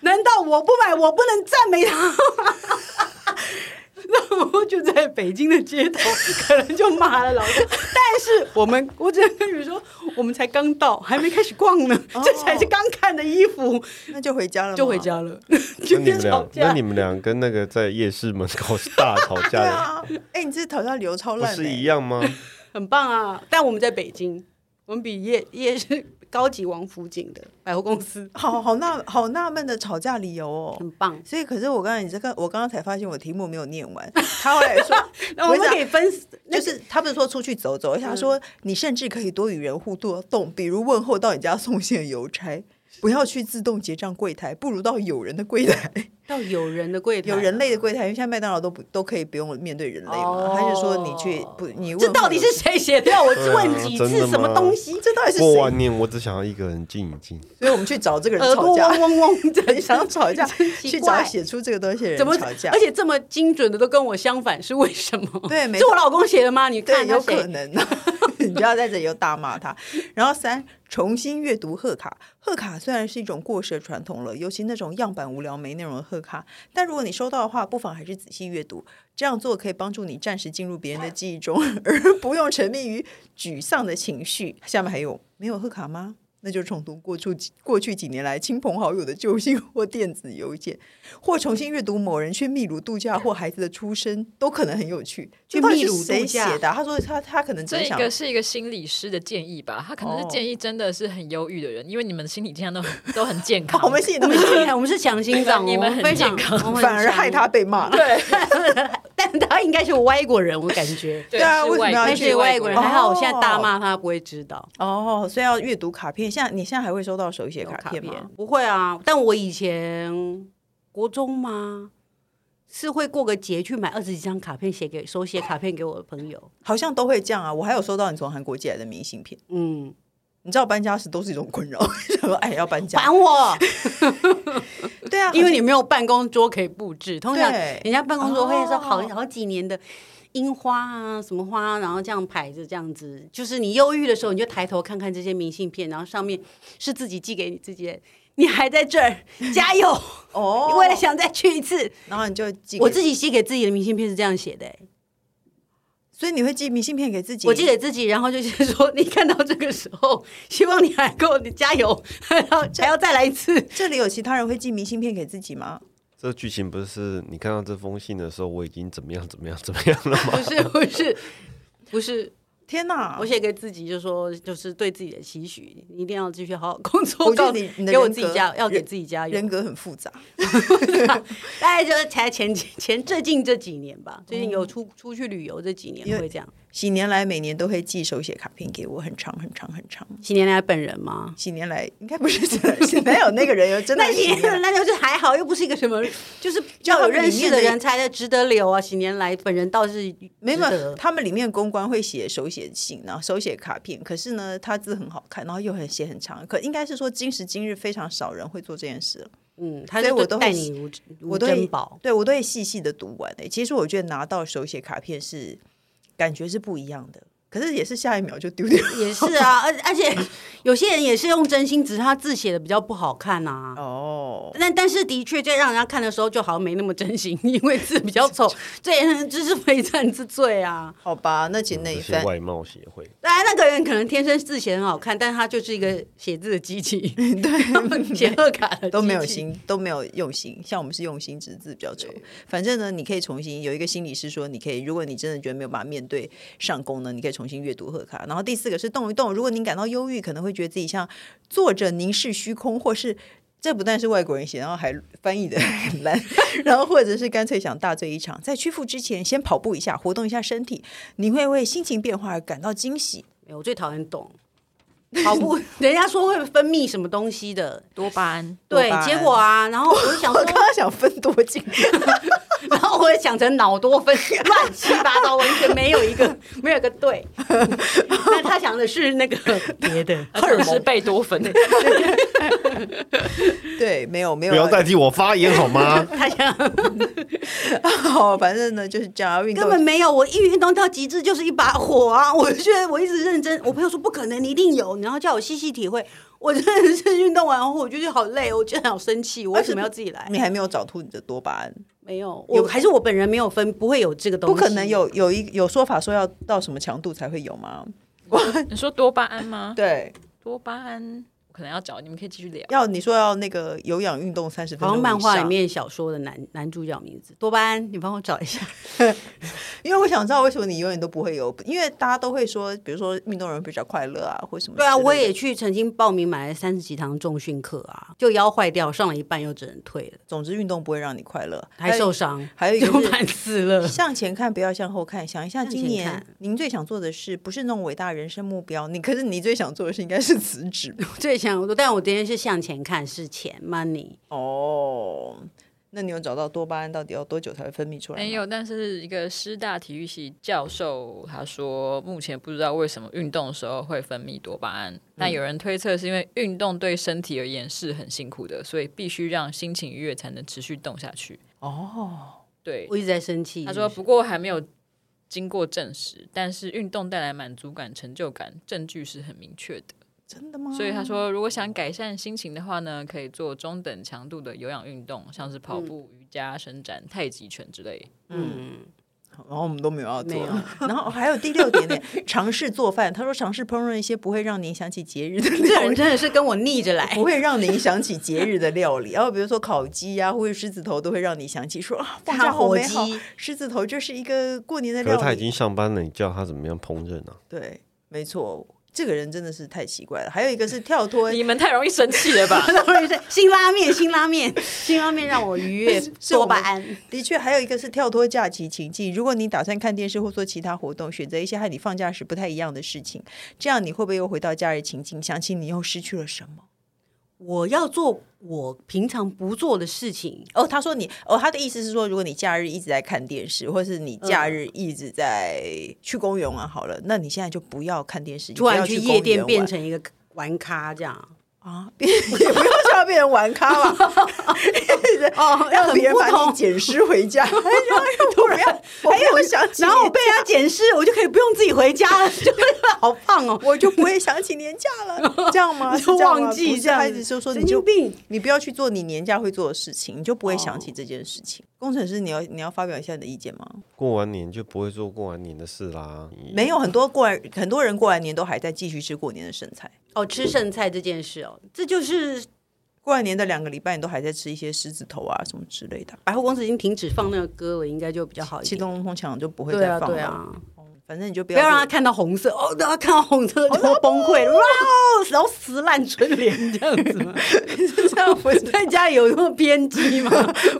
[SPEAKER 2] 难道我不买，我不能赞美他吗？ 然后就在北京的街头，可能就骂了老公。但是我们，我只能跟你说，我们才刚到，还没开始逛呢，这才是刚看的衣服，
[SPEAKER 1] 那就回家了吗，
[SPEAKER 2] 就回家了，
[SPEAKER 3] 那
[SPEAKER 2] 就
[SPEAKER 3] 你
[SPEAKER 2] 别
[SPEAKER 3] 们
[SPEAKER 2] 吵
[SPEAKER 3] 俩，那
[SPEAKER 2] 架
[SPEAKER 3] 你。们俩跟那个在夜市门口 大吵
[SPEAKER 1] 对
[SPEAKER 3] 架的，
[SPEAKER 1] 啊，哎、你这吵架理由超
[SPEAKER 3] 不啊
[SPEAKER 1] 烂、
[SPEAKER 3] 是
[SPEAKER 1] 欸，
[SPEAKER 3] 一样吗？
[SPEAKER 2] 很棒啊！但我们在北京，我们比夜夜是高级王府井的百货公司，
[SPEAKER 1] 好好纳好纳闷的吵架理由哦。
[SPEAKER 2] 很棒。
[SPEAKER 1] 所以，可是我刚才你这个，我刚刚才发现我题目没有念完。他后来说，
[SPEAKER 2] 那我
[SPEAKER 1] 不
[SPEAKER 2] 们
[SPEAKER 1] 是啊
[SPEAKER 2] 可以分，那嗯
[SPEAKER 1] 就是他不是说出去走走，而且他说你甚至可以多与人互动，比如问候到你家送信的邮差，不要去自动结账柜台，不如到有人的柜台，
[SPEAKER 2] 到有人的柜台，啊
[SPEAKER 1] 有人类的柜台，因为现在麦当劳都不都可以不用面对人类嘛。
[SPEAKER 2] 哦
[SPEAKER 1] 他就说你去不，你问
[SPEAKER 2] 这到底是谁写的？我
[SPEAKER 3] 对啊
[SPEAKER 2] 问几
[SPEAKER 3] 真的
[SPEAKER 2] 次
[SPEAKER 3] 吗
[SPEAKER 2] 什么东西？
[SPEAKER 1] 这到底是
[SPEAKER 3] 过
[SPEAKER 1] 谁？
[SPEAKER 3] 完年我只想要一个人静一静。
[SPEAKER 1] 所以我们去找这个
[SPEAKER 2] 耳
[SPEAKER 1] 人
[SPEAKER 2] 朵
[SPEAKER 1] 吵架
[SPEAKER 2] 嗡，嗡嗡，真的
[SPEAKER 1] 想要吵架，
[SPEAKER 2] 真奇
[SPEAKER 1] 去找
[SPEAKER 2] 怪
[SPEAKER 1] 写出这个东西的人
[SPEAKER 2] 怎么
[SPEAKER 1] 吵架，
[SPEAKER 2] 而且这么精准的都跟我相反，是为什么？
[SPEAKER 1] 对没
[SPEAKER 2] 是
[SPEAKER 1] 错
[SPEAKER 2] 我老公写的吗？你看
[SPEAKER 1] 对，
[SPEAKER 2] 他
[SPEAKER 1] 有可
[SPEAKER 2] 写，
[SPEAKER 1] 能、你就要在这里又大骂他。然后三，重新阅读贺卡。贺卡虽然是一种过时的传统了，尤其那种样板无聊没内容的贺卡，但如果你收到的话，不妨还是仔细阅读。这样做可以帮助你暂时进入别人的记忆中， 而不用沉迷于沮丧的情绪。下面还有，没有贺卡吗？那就重读过去过去几年来亲朋好友的旧信或电子邮件，或重新阅读某人去秘鲁度假或孩子的出生，都可能很有趣。
[SPEAKER 2] 去
[SPEAKER 1] 到底
[SPEAKER 2] 秘
[SPEAKER 1] 是
[SPEAKER 2] 鲁度
[SPEAKER 1] 谁
[SPEAKER 2] 假
[SPEAKER 1] 写的啊？他说他他可能只
[SPEAKER 4] 这
[SPEAKER 1] 是
[SPEAKER 4] 一
[SPEAKER 1] 想
[SPEAKER 4] 个是一个心理师的建议吧，他可能
[SPEAKER 1] 哦
[SPEAKER 4] 是建议真的是很忧郁的人，因为你们心理健康都很都很健康。
[SPEAKER 1] 我们心里
[SPEAKER 2] 我
[SPEAKER 1] 都
[SPEAKER 2] 们是，我们是强心脏哦，
[SPEAKER 4] 你们你们很
[SPEAKER 2] 非常
[SPEAKER 4] 健康，
[SPEAKER 2] 我们很
[SPEAKER 1] 反而害他被骂。
[SPEAKER 4] 对
[SPEAKER 2] 强，但他应该是外国人，我感觉。
[SPEAKER 1] 对啊
[SPEAKER 4] 是
[SPEAKER 1] 为什么要
[SPEAKER 4] 国
[SPEAKER 2] 他
[SPEAKER 1] 对
[SPEAKER 4] 人
[SPEAKER 2] 是外国人，
[SPEAKER 1] 哦
[SPEAKER 2] 还好我现在大骂他不会知道
[SPEAKER 1] 哦，所以要阅读卡片。现在你现在还会收到手写卡片吗？
[SPEAKER 2] 不会啊。但我以前国中嘛，是会过个节去买二十几张卡片，写给手写卡片给我的朋友。
[SPEAKER 1] 好像都会这样啊。我还有收到你从韩国寄来的明信片。
[SPEAKER 2] 嗯，
[SPEAKER 1] 你知道搬家时都是一种困扰， 想说哎要搬家，
[SPEAKER 2] 烦我，
[SPEAKER 1] 对啊，
[SPEAKER 2] 因为你没有办公桌可以布置，通常
[SPEAKER 1] 对
[SPEAKER 2] 人家办公桌会说
[SPEAKER 1] 哦
[SPEAKER 2] 好好几年的。樱花啊，什么花，然后这样排着这样子，就是你忧郁的时候，你就抬头看看这些明信片，然后上面是自己寄给你自己的，你还在这儿，加油！
[SPEAKER 1] 哦
[SPEAKER 2] 你为了想再去一次，
[SPEAKER 1] 然后你就寄给
[SPEAKER 2] 我自己寄给自己的明信片是这样写的、欸
[SPEAKER 1] 所以你会寄明信片给自己？
[SPEAKER 2] 我寄给自己，然后就是说，你看到这个时候， 希望你还够，你加油， 还要还要再来一次。
[SPEAKER 1] 这里有其他人会寄明信片给自己吗？
[SPEAKER 3] 这剧情不是你看到这封信的时候，我已经怎么样怎么样怎么样了吗？
[SPEAKER 2] 不 是不是不是，
[SPEAKER 1] 天哪！
[SPEAKER 2] 我写给自己就说，就是对自己的期许，你一定要继续好好工作。
[SPEAKER 1] 我觉得
[SPEAKER 2] 告
[SPEAKER 1] 你你的
[SPEAKER 2] 给我
[SPEAKER 1] 人
[SPEAKER 2] 自己
[SPEAKER 1] 格
[SPEAKER 2] 加，要给
[SPEAKER 1] 人
[SPEAKER 2] 自己加油
[SPEAKER 1] 人。格很复杂，
[SPEAKER 2] 大概就是才前几前最近这几年吧，最近有出出去旅游这几年
[SPEAKER 1] 因为
[SPEAKER 2] 会这样。
[SPEAKER 1] 几年来每年都会寄手写卡片给我，很长很长很长。
[SPEAKER 2] 几年来本人吗？
[SPEAKER 1] 几年来应该不是 几没有那个人有真的
[SPEAKER 2] 那
[SPEAKER 1] 几
[SPEAKER 2] 几
[SPEAKER 1] 年
[SPEAKER 2] 年
[SPEAKER 1] 来，
[SPEAKER 2] 那就是还好，又不是一个什么，就是要有
[SPEAKER 1] 他们里
[SPEAKER 2] 认识
[SPEAKER 1] 面
[SPEAKER 2] 的
[SPEAKER 1] 的
[SPEAKER 2] 人才值得留啊。几年来本人倒是
[SPEAKER 1] 没
[SPEAKER 2] 值
[SPEAKER 1] 有
[SPEAKER 2] 得
[SPEAKER 1] 他们里面公关会写手写信，然后手写卡片，可是呢，他字很好看，然后又很写很长，可应该是说今时今日非常少人会做这件事了。
[SPEAKER 2] 嗯，他
[SPEAKER 1] 所以
[SPEAKER 2] 就
[SPEAKER 1] 我都会
[SPEAKER 2] 待你如
[SPEAKER 1] 我
[SPEAKER 2] 如
[SPEAKER 1] 都会
[SPEAKER 2] 珍宝。
[SPEAKER 1] 对我都会细细的读完诶、其实我觉得拿到手写卡片是感觉是不一样的，可是也是下一秒就丢掉。
[SPEAKER 2] 也是啊，而 而且有些人也是用真心，只是他字写的比较不好看啊。
[SPEAKER 1] 哦，
[SPEAKER 2] 但但是的确，在让人家看的时候，就好像没那么真心， 因为字比较丑，这这是非战之罪啊！
[SPEAKER 1] 好吧，那请那
[SPEAKER 3] 这
[SPEAKER 1] 一
[SPEAKER 3] 些
[SPEAKER 1] 番。
[SPEAKER 3] 外貌协会，
[SPEAKER 2] 当然，那个人可能天生字写很好看，但他就是一个写字的机器，对，写贺卡的
[SPEAKER 1] 都没有
[SPEAKER 2] 机器。
[SPEAKER 1] 心，都没有用心。像我们是用心，只是字比较丑。反正呢，你可以重新有一个心理师说，你可以，如果你真的觉得没有办法面对上工呢，你可以重新阅读贺卡。然后第四个是动一动，如果您感到忧郁，可能会觉得自己像坐着凝视虚空，或是。这不但是外国人写，然后还翻译的很 烂，然后或者是干脆想大醉一场，在屈服之前先跑步一下，活动一下身体，你会为心情变化而感到惊喜。
[SPEAKER 2] 没有我最讨厌动跑步， 人家说会分泌什么东西的，
[SPEAKER 4] 多巴胺，
[SPEAKER 2] 对
[SPEAKER 1] 多巴，胺
[SPEAKER 2] 结果啊，然后我就想
[SPEAKER 1] 我
[SPEAKER 2] 说，
[SPEAKER 1] 刚刚想分多金，
[SPEAKER 2] 哦然后我也想成脑多酚，乱七八糟，完全没有一个没有一个对。那他想的是那个别的，
[SPEAKER 4] 荷尔 蒙贝多芬，
[SPEAKER 1] 对，没有没有啊
[SPEAKER 3] 不要代替我发言 好吗？
[SPEAKER 2] 他想
[SPEAKER 1] 好，反正呢就是这样要运动
[SPEAKER 2] 根本没有。我一运动到极致就是一把火啊！我就觉得我一直认真，我朋友说不可能，你一定有，然后叫我细细体会。我真的是运动完后，我就觉得好累，我觉得好生气，我为什么要自己来？
[SPEAKER 1] 你还没有找出你的多巴胺，
[SPEAKER 2] 没有，我还是我本人没有分，不会有这个东西，
[SPEAKER 1] 不可能。有有一有说法说要到什么强度才会有吗？
[SPEAKER 4] 你说多巴胺吗？
[SPEAKER 1] 对，
[SPEAKER 4] 多巴胺，我可能要找你们可以继续聊。
[SPEAKER 1] 要你说要那个有氧运动三十分
[SPEAKER 2] 好
[SPEAKER 1] 钟，
[SPEAKER 2] 像漫画里，面小说的男男主角名字多巴胺，你帮我找一下。
[SPEAKER 1] 因为我想知道为什么你永远都不会有，因为大家都会说，比如说运动人比较快乐啊，或什么之 类
[SPEAKER 2] 对
[SPEAKER 1] 的。
[SPEAKER 2] 啊，我也去曾经报名买了三十几堂重训课啊，就腰坏掉，上了一半又只能退了，
[SPEAKER 1] 总之运动不会让你快乐，
[SPEAKER 2] 还受伤，
[SPEAKER 1] 还有一个
[SPEAKER 2] 就是烦死了。
[SPEAKER 1] 向前看，不要向后看。想一下，今
[SPEAKER 2] 前
[SPEAKER 1] 年
[SPEAKER 2] 看
[SPEAKER 1] 您最想做的事，不是那种伟大人生目标，你可是你最想做的事应该是辞职 吧
[SPEAKER 2] 最想我，但我今天是向前看，是钱 money。
[SPEAKER 1] 哦。那你有找到多巴胺到底要多久才会分泌出来吗？
[SPEAKER 4] 没有，但是一个师大体育系教授他说，目前不知道为什么运动的时候会分泌多巴胺，但
[SPEAKER 1] 嗯
[SPEAKER 4] 有人推测是因为运动对身体而言是很辛苦的，所以必须让心情愉悦才能持续动下去。
[SPEAKER 1] 哦，
[SPEAKER 4] 对
[SPEAKER 2] 我，一直在生气。
[SPEAKER 4] 他说，不过还没有经过证实，但是运动带来满足感、成就感，证据是很明确的。
[SPEAKER 1] 真的吗？
[SPEAKER 4] 所以他说，如果想改善心情的话呢，可以做中等强度的有氧运动，像是
[SPEAKER 1] 嗯
[SPEAKER 4] 跑步、瑜伽、伸展、太极拳之类。
[SPEAKER 2] 嗯，
[SPEAKER 1] 然后我们都没有要做
[SPEAKER 2] 没有。
[SPEAKER 1] 然后还有第六点呢，尝试做饭。他说尝试烹饪一些不会让您想起节日的
[SPEAKER 2] 这
[SPEAKER 1] 料
[SPEAKER 2] 人
[SPEAKER 1] 理，
[SPEAKER 2] 真的是跟我逆着来
[SPEAKER 1] 不。会让您想起节日的料理。然后比如说烤鸡呀、或者狮子头，都会让你想起说啊，放假
[SPEAKER 2] 看
[SPEAKER 1] 好
[SPEAKER 2] 火
[SPEAKER 1] 美好
[SPEAKER 2] 鸡。
[SPEAKER 1] 狮子头就是一个过年的
[SPEAKER 3] 可是
[SPEAKER 1] 料
[SPEAKER 3] 他已
[SPEAKER 1] 理。
[SPEAKER 3] 经上班了，你叫他怎么样烹饪啊？
[SPEAKER 1] 对，没错，这个人真的是太奇怪了。还有一个是跳 脱
[SPEAKER 4] 你们太容易生气了吧？
[SPEAKER 2] 新拉面，新拉面， 新拉面让我愉悦
[SPEAKER 1] 是我
[SPEAKER 2] 多巴
[SPEAKER 1] 们
[SPEAKER 2] 胺。
[SPEAKER 1] 的确，还有一个是跳脱假期情境。如果你打算看电视或做其他活动，选择一些和你放假时不太一样的事情，这样你会不会又回到假日情境，想起你又失去了什么？
[SPEAKER 2] 我要做我平常不做的事情，
[SPEAKER 1] 哦，他说你哦，他的意思是说，如果你假日一直在看电视，或是你假日
[SPEAKER 2] 嗯
[SPEAKER 1] 一直在去公园玩好了，那你现在就不要看电视，
[SPEAKER 2] 突
[SPEAKER 1] 你不
[SPEAKER 2] 然
[SPEAKER 1] 要
[SPEAKER 2] 去
[SPEAKER 1] 去
[SPEAKER 2] 夜
[SPEAKER 1] 公
[SPEAKER 2] 店
[SPEAKER 1] 园
[SPEAKER 2] 变
[SPEAKER 1] 玩
[SPEAKER 2] 成一个玩咖这样。
[SPEAKER 1] 啊，别 也不用叫别人玩咖 吧，
[SPEAKER 2] 哦，
[SPEAKER 1] 让
[SPEAKER 2] 很
[SPEAKER 1] 别人
[SPEAKER 2] 不
[SPEAKER 1] 把你
[SPEAKER 2] 同。
[SPEAKER 1] 捡尸回 家。突然，我没有想起，
[SPEAKER 2] 然后我被他检视，我就可以不用自己回家了，就好胖 哦，
[SPEAKER 1] 我就不会想起年假了，这样 吗？
[SPEAKER 2] 我
[SPEAKER 1] 是这
[SPEAKER 2] 就
[SPEAKER 1] 样吗
[SPEAKER 2] 忘记
[SPEAKER 1] 不是
[SPEAKER 2] 哦这样啊
[SPEAKER 1] 他
[SPEAKER 2] 子。
[SPEAKER 1] 一直就说你
[SPEAKER 2] 神
[SPEAKER 1] 就
[SPEAKER 2] 经病，
[SPEAKER 1] 你不要去做你年假会做的事情，你就不会想起
[SPEAKER 2] 哦
[SPEAKER 1] 这件事情。工程师，你要你要发表一下你的意见吗？
[SPEAKER 3] 过完年就不会做过完年的事啦。
[SPEAKER 1] 没有很多过完很多人过完年都还在继续吃过年的剩菜，
[SPEAKER 2] 哦，吃剩菜这件事哦，这就是
[SPEAKER 1] 过完年的两个礼拜你都还在吃一些狮子头啊什么之类的。
[SPEAKER 2] 百货公司已经停止放那个歌了，应该就比较好一
[SPEAKER 1] 气
[SPEAKER 2] 点。
[SPEAKER 1] 动通常就不会
[SPEAKER 2] 对
[SPEAKER 1] 再
[SPEAKER 2] 啊，
[SPEAKER 1] 放
[SPEAKER 2] 对
[SPEAKER 1] 了，
[SPEAKER 2] 啊，
[SPEAKER 1] 反正你就不
[SPEAKER 2] 不要让他
[SPEAKER 1] 做
[SPEAKER 2] 看到红色 哦，让他看到红色就崩溃了，哇哦，然后撕烂春联这样子 吗？
[SPEAKER 1] 这样不是。
[SPEAKER 2] 在家里有那么偏激 吗？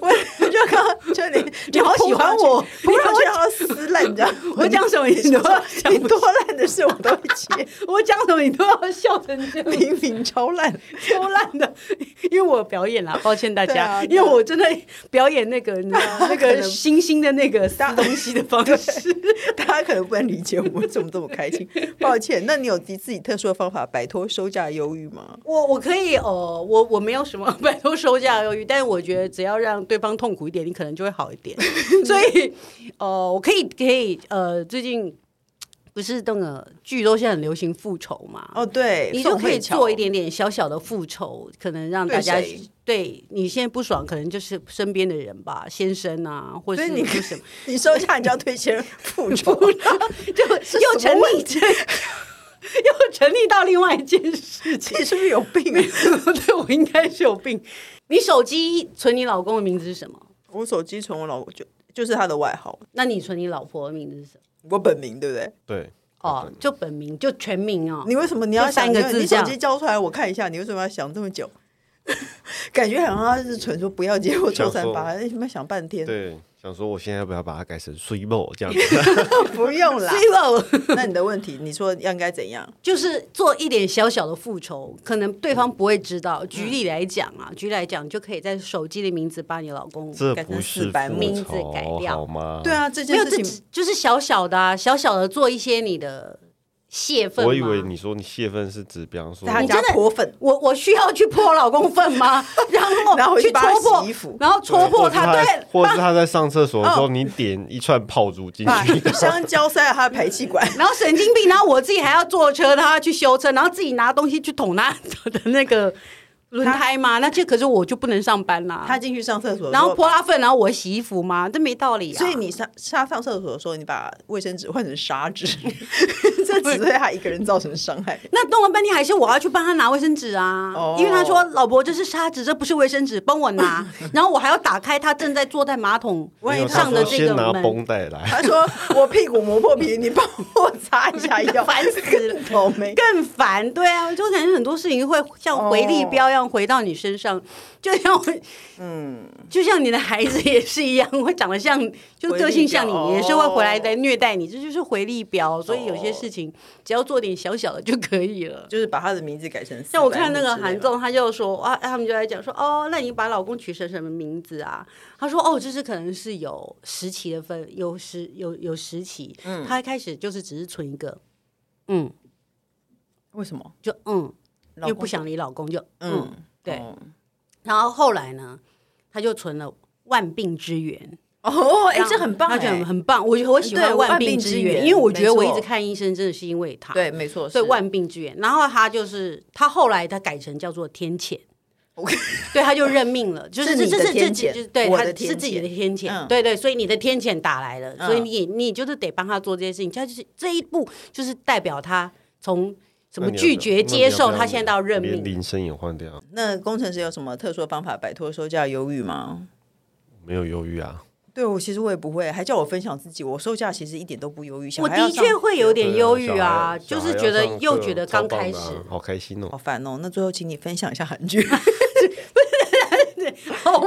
[SPEAKER 1] 我我就刚就 你，你好喜欢我，不然我想要撕烂，你知道吗？
[SPEAKER 2] 我讲什么你都要
[SPEAKER 1] 你
[SPEAKER 2] 讲，
[SPEAKER 1] 你多烂的事我都会接，
[SPEAKER 2] 我讲什么你都要笑成这样，
[SPEAKER 1] 明明超 烂。
[SPEAKER 2] 超烂的。因为我表演啦，抱歉大
[SPEAKER 1] 对
[SPEAKER 2] 家，
[SPEAKER 1] 啊对
[SPEAKER 2] 因
[SPEAKER 1] 啊
[SPEAKER 2] 为我真的表演那个你知道 那
[SPEAKER 1] 可
[SPEAKER 2] 个
[SPEAKER 1] 能
[SPEAKER 2] 星星的那个撕东西的方式。
[SPEAKER 1] 大家可能不能理解我们怎么这么开心，抱歉。那你有你自己特殊的方法摆脱收假忧郁吗？
[SPEAKER 2] 我我可以哦，我我没有什么 摆脱收假忧郁，但是我觉得只要让对方痛苦一点，你可能就会好一 点。所以，呃，我可以可以呃，最近不是那个剧都现在很流行复仇嘛？
[SPEAKER 1] 哦，对，
[SPEAKER 2] 你就
[SPEAKER 1] 宋
[SPEAKER 2] 可以
[SPEAKER 1] 慧乔
[SPEAKER 2] 做一点点小小的复仇，可能让
[SPEAKER 1] 对
[SPEAKER 2] 大家
[SPEAKER 1] 谁
[SPEAKER 2] 对你现在不爽，可能就是身边的人吧，先生啊，或
[SPEAKER 1] 所
[SPEAKER 2] 是
[SPEAKER 1] 以你
[SPEAKER 2] 或 什么，
[SPEAKER 1] 你收假你就要对前任复 仇，
[SPEAKER 2] 就又成立这， 又成立到另外一件事情。
[SPEAKER 1] 你是不是有 病啊？
[SPEAKER 2] 对我应该是有病。你手机存你老公的名字是什么？
[SPEAKER 1] 我手机从我老婆就就是他的外号，
[SPEAKER 2] 那你存你老婆的名字是什么？
[SPEAKER 1] 我本名对不对？
[SPEAKER 3] 对，
[SPEAKER 2] 哦，就本名，就全名哦。
[SPEAKER 1] 你为什么你要想
[SPEAKER 2] 就三个字
[SPEAKER 1] 你
[SPEAKER 2] 这
[SPEAKER 1] 手
[SPEAKER 2] 样
[SPEAKER 1] 机交出来我看一下，你为什么要想这么久？感觉好像他是纯说不要接我抽三八，为什么要想半天？
[SPEAKER 3] 对，想说我现在要不要把它改成水某这样子？
[SPEAKER 1] 不用 啦。
[SPEAKER 2] Zero
[SPEAKER 1] 那你的问题，你说应该怎样？
[SPEAKER 2] 就是做一点小小的复仇，可能对方不会知
[SPEAKER 3] 嗯
[SPEAKER 2] 道。举例来讲啊，举例来讲，就可以在手机的名字把你老公
[SPEAKER 3] 这
[SPEAKER 1] 改成
[SPEAKER 3] 不是
[SPEAKER 1] 400
[SPEAKER 3] 复
[SPEAKER 2] 名字改
[SPEAKER 3] 仇
[SPEAKER 2] 掉
[SPEAKER 3] 好吗？
[SPEAKER 1] 对，啊，这
[SPEAKER 2] 没有
[SPEAKER 1] 件事
[SPEAKER 2] 这只
[SPEAKER 1] 情
[SPEAKER 2] 就是小小的、啊，小小的做一些你的泄愤吗。
[SPEAKER 3] 我以为你说你泄愤是指，比方说
[SPEAKER 1] 大
[SPEAKER 2] 你
[SPEAKER 1] 家
[SPEAKER 2] 真的
[SPEAKER 1] 泼 粉，
[SPEAKER 2] 我我需要去泼老公 粪吗？然后
[SPEAKER 1] 然后回去
[SPEAKER 2] 去
[SPEAKER 1] 帮他
[SPEAKER 2] 戳破
[SPEAKER 1] 洗衣服，
[SPEAKER 2] 然后戳破他，
[SPEAKER 3] 或者
[SPEAKER 2] 对
[SPEAKER 3] 在，或者是他在上厕所的时候，你点一串炮竹进
[SPEAKER 1] 啊哦把
[SPEAKER 3] 去，
[SPEAKER 1] 香蕉塞到他的排气管。
[SPEAKER 2] 然后神经病，然后我自己还要坐车，他要去修车，然后自己拿东西去捅他的那个轮胎吗？那这可是我就不能上班啦。
[SPEAKER 1] 他进去上厕所的时候，
[SPEAKER 2] 然后泼他粪，然后我洗衣服吗？这没道理啊！
[SPEAKER 1] 所以你上他上厕所的时候，你把卫生纸换成砂纸， 这只对他一个人造成伤害。
[SPEAKER 2] 那弄了半天还是我要去帮他拿卫生纸啊，
[SPEAKER 1] 哦
[SPEAKER 2] 因为他说老婆这是砂纸，这不是卫生纸，帮我 拿。然后我还要打开他正在坐在马桶
[SPEAKER 1] 万一
[SPEAKER 3] 没有
[SPEAKER 1] 他
[SPEAKER 2] 上
[SPEAKER 3] 他
[SPEAKER 2] 的
[SPEAKER 3] 说
[SPEAKER 1] 说
[SPEAKER 2] 这个
[SPEAKER 3] 先拿
[SPEAKER 2] 门，
[SPEAKER 3] 绷带来，
[SPEAKER 1] 他说：“我屁股磨破皮，你帮我擦一下药。”
[SPEAKER 2] 烦死了
[SPEAKER 1] 倒霉。
[SPEAKER 2] 更烦。对啊，就感觉很多事情会像回力镖一样回到你身
[SPEAKER 1] 哦
[SPEAKER 2] 上，就像我，嗯，就像你的孩子也是一样，会长得像，就是个性像
[SPEAKER 1] 回力镖哦
[SPEAKER 2] 你，也是会回来来虐待你，这就是回力镖。所以有
[SPEAKER 1] 哦
[SPEAKER 2] 些事情只要做点小小的就可以 了。
[SPEAKER 1] 就是把他的名字改成400
[SPEAKER 2] 像我看那个
[SPEAKER 1] 之类的
[SPEAKER 2] 韩，综，他就说啊，他们就在讲说哦，那你把老公取成什么名字啊？他说哦，就是可能是有时期的分，有时有有时期，
[SPEAKER 1] 嗯
[SPEAKER 2] 他一开始就是只是存一个，嗯，
[SPEAKER 1] 为什么？
[SPEAKER 2] 就嗯，
[SPEAKER 1] 老公
[SPEAKER 2] 因为不想理老公就嗯，
[SPEAKER 1] 嗯，
[SPEAKER 2] 对
[SPEAKER 1] 哦
[SPEAKER 2] 然后后来呢，他就存了万病之源，
[SPEAKER 1] 哦，哎，
[SPEAKER 2] 然后
[SPEAKER 1] 这很棒
[SPEAKER 2] 他就很
[SPEAKER 1] 哎，
[SPEAKER 2] 很棒，我我喜
[SPEAKER 1] 对
[SPEAKER 2] 欢
[SPEAKER 1] 万
[SPEAKER 2] 万
[SPEAKER 1] 病
[SPEAKER 2] 病
[SPEAKER 1] 之
[SPEAKER 2] 之
[SPEAKER 1] 源
[SPEAKER 2] 源，因为我觉得我
[SPEAKER 1] 没
[SPEAKER 2] 一
[SPEAKER 1] 错
[SPEAKER 2] 直看医生真的是因为他，
[SPEAKER 1] 对，没错，
[SPEAKER 2] 对
[SPEAKER 1] 是
[SPEAKER 2] 万病之源。然后他就是他后来他改成叫做天谴。 对，他就认命了，就是
[SPEAKER 1] 是
[SPEAKER 2] 这
[SPEAKER 1] 你
[SPEAKER 2] 这
[SPEAKER 1] 的
[SPEAKER 2] 是
[SPEAKER 1] 天
[SPEAKER 2] 这这
[SPEAKER 1] 谴
[SPEAKER 2] 这对，
[SPEAKER 1] 我
[SPEAKER 2] 他
[SPEAKER 1] 的
[SPEAKER 2] 是
[SPEAKER 1] 天
[SPEAKER 2] 自己
[SPEAKER 1] 谴
[SPEAKER 2] 的天谴，
[SPEAKER 1] 嗯
[SPEAKER 2] 对对，所以你的天谴打来了，所以
[SPEAKER 1] 嗯
[SPEAKER 2] 你你就是得帮他做这些事情，他就是这一步就是代表他从什
[SPEAKER 3] 那
[SPEAKER 2] 么
[SPEAKER 3] 你要
[SPEAKER 2] 拒
[SPEAKER 3] 不要
[SPEAKER 2] 绝
[SPEAKER 3] 那你
[SPEAKER 2] 接
[SPEAKER 3] 要不
[SPEAKER 2] 受，
[SPEAKER 3] 要
[SPEAKER 2] 他现在到认
[SPEAKER 3] 连
[SPEAKER 2] 命，
[SPEAKER 3] 铃声也换掉，
[SPEAKER 1] 那工程师有什么特殊的方法摆脱收假忧郁吗？
[SPEAKER 3] 没有忧郁啊，
[SPEAKER 1] 对我其实我也不会，还叫我分享自己，我收假其实一点都不忧郁。小
[SPEAKER 2] 我
[SPEAKER 1] 孩要
[SPEAKER 2] 的
[SPEAKER 1] 上
[SPEAKER 2] 确会有点
[SPEAKER 3] 对
[SPEAKER 2] 忧郁
[SPEAKER 3] 小孩
[SPEAKER 2] 啊，
[SPEAKER 3] 小
[SPEAKER 2] 就
[SPEAKER 3] 孩
[SPEAKER 2] 是
[SPEAKER 3] 要
[SPEAKER 2] 觉得
[SPEAKER 3] 上
[SPEAKER 2] 又
[SPEAKER 3] 课
[SPEAKER 2] 觉得
[SPEAKER 3] 超
[SPEAKER 2] 刚
[SPEAKER 3] 棒
[SPEAKER 2] 开
[SPEAKER 3] 的啊
[SPEAKER 2] 始，
[SPEAKER 3] 好开心
[SPEAKER 1] 好
[SPEAKER 3] 哦，
[SPEAKER 1] 烦哦。那最后请你分享一下韩 剧，
[SPEAKER 2] 永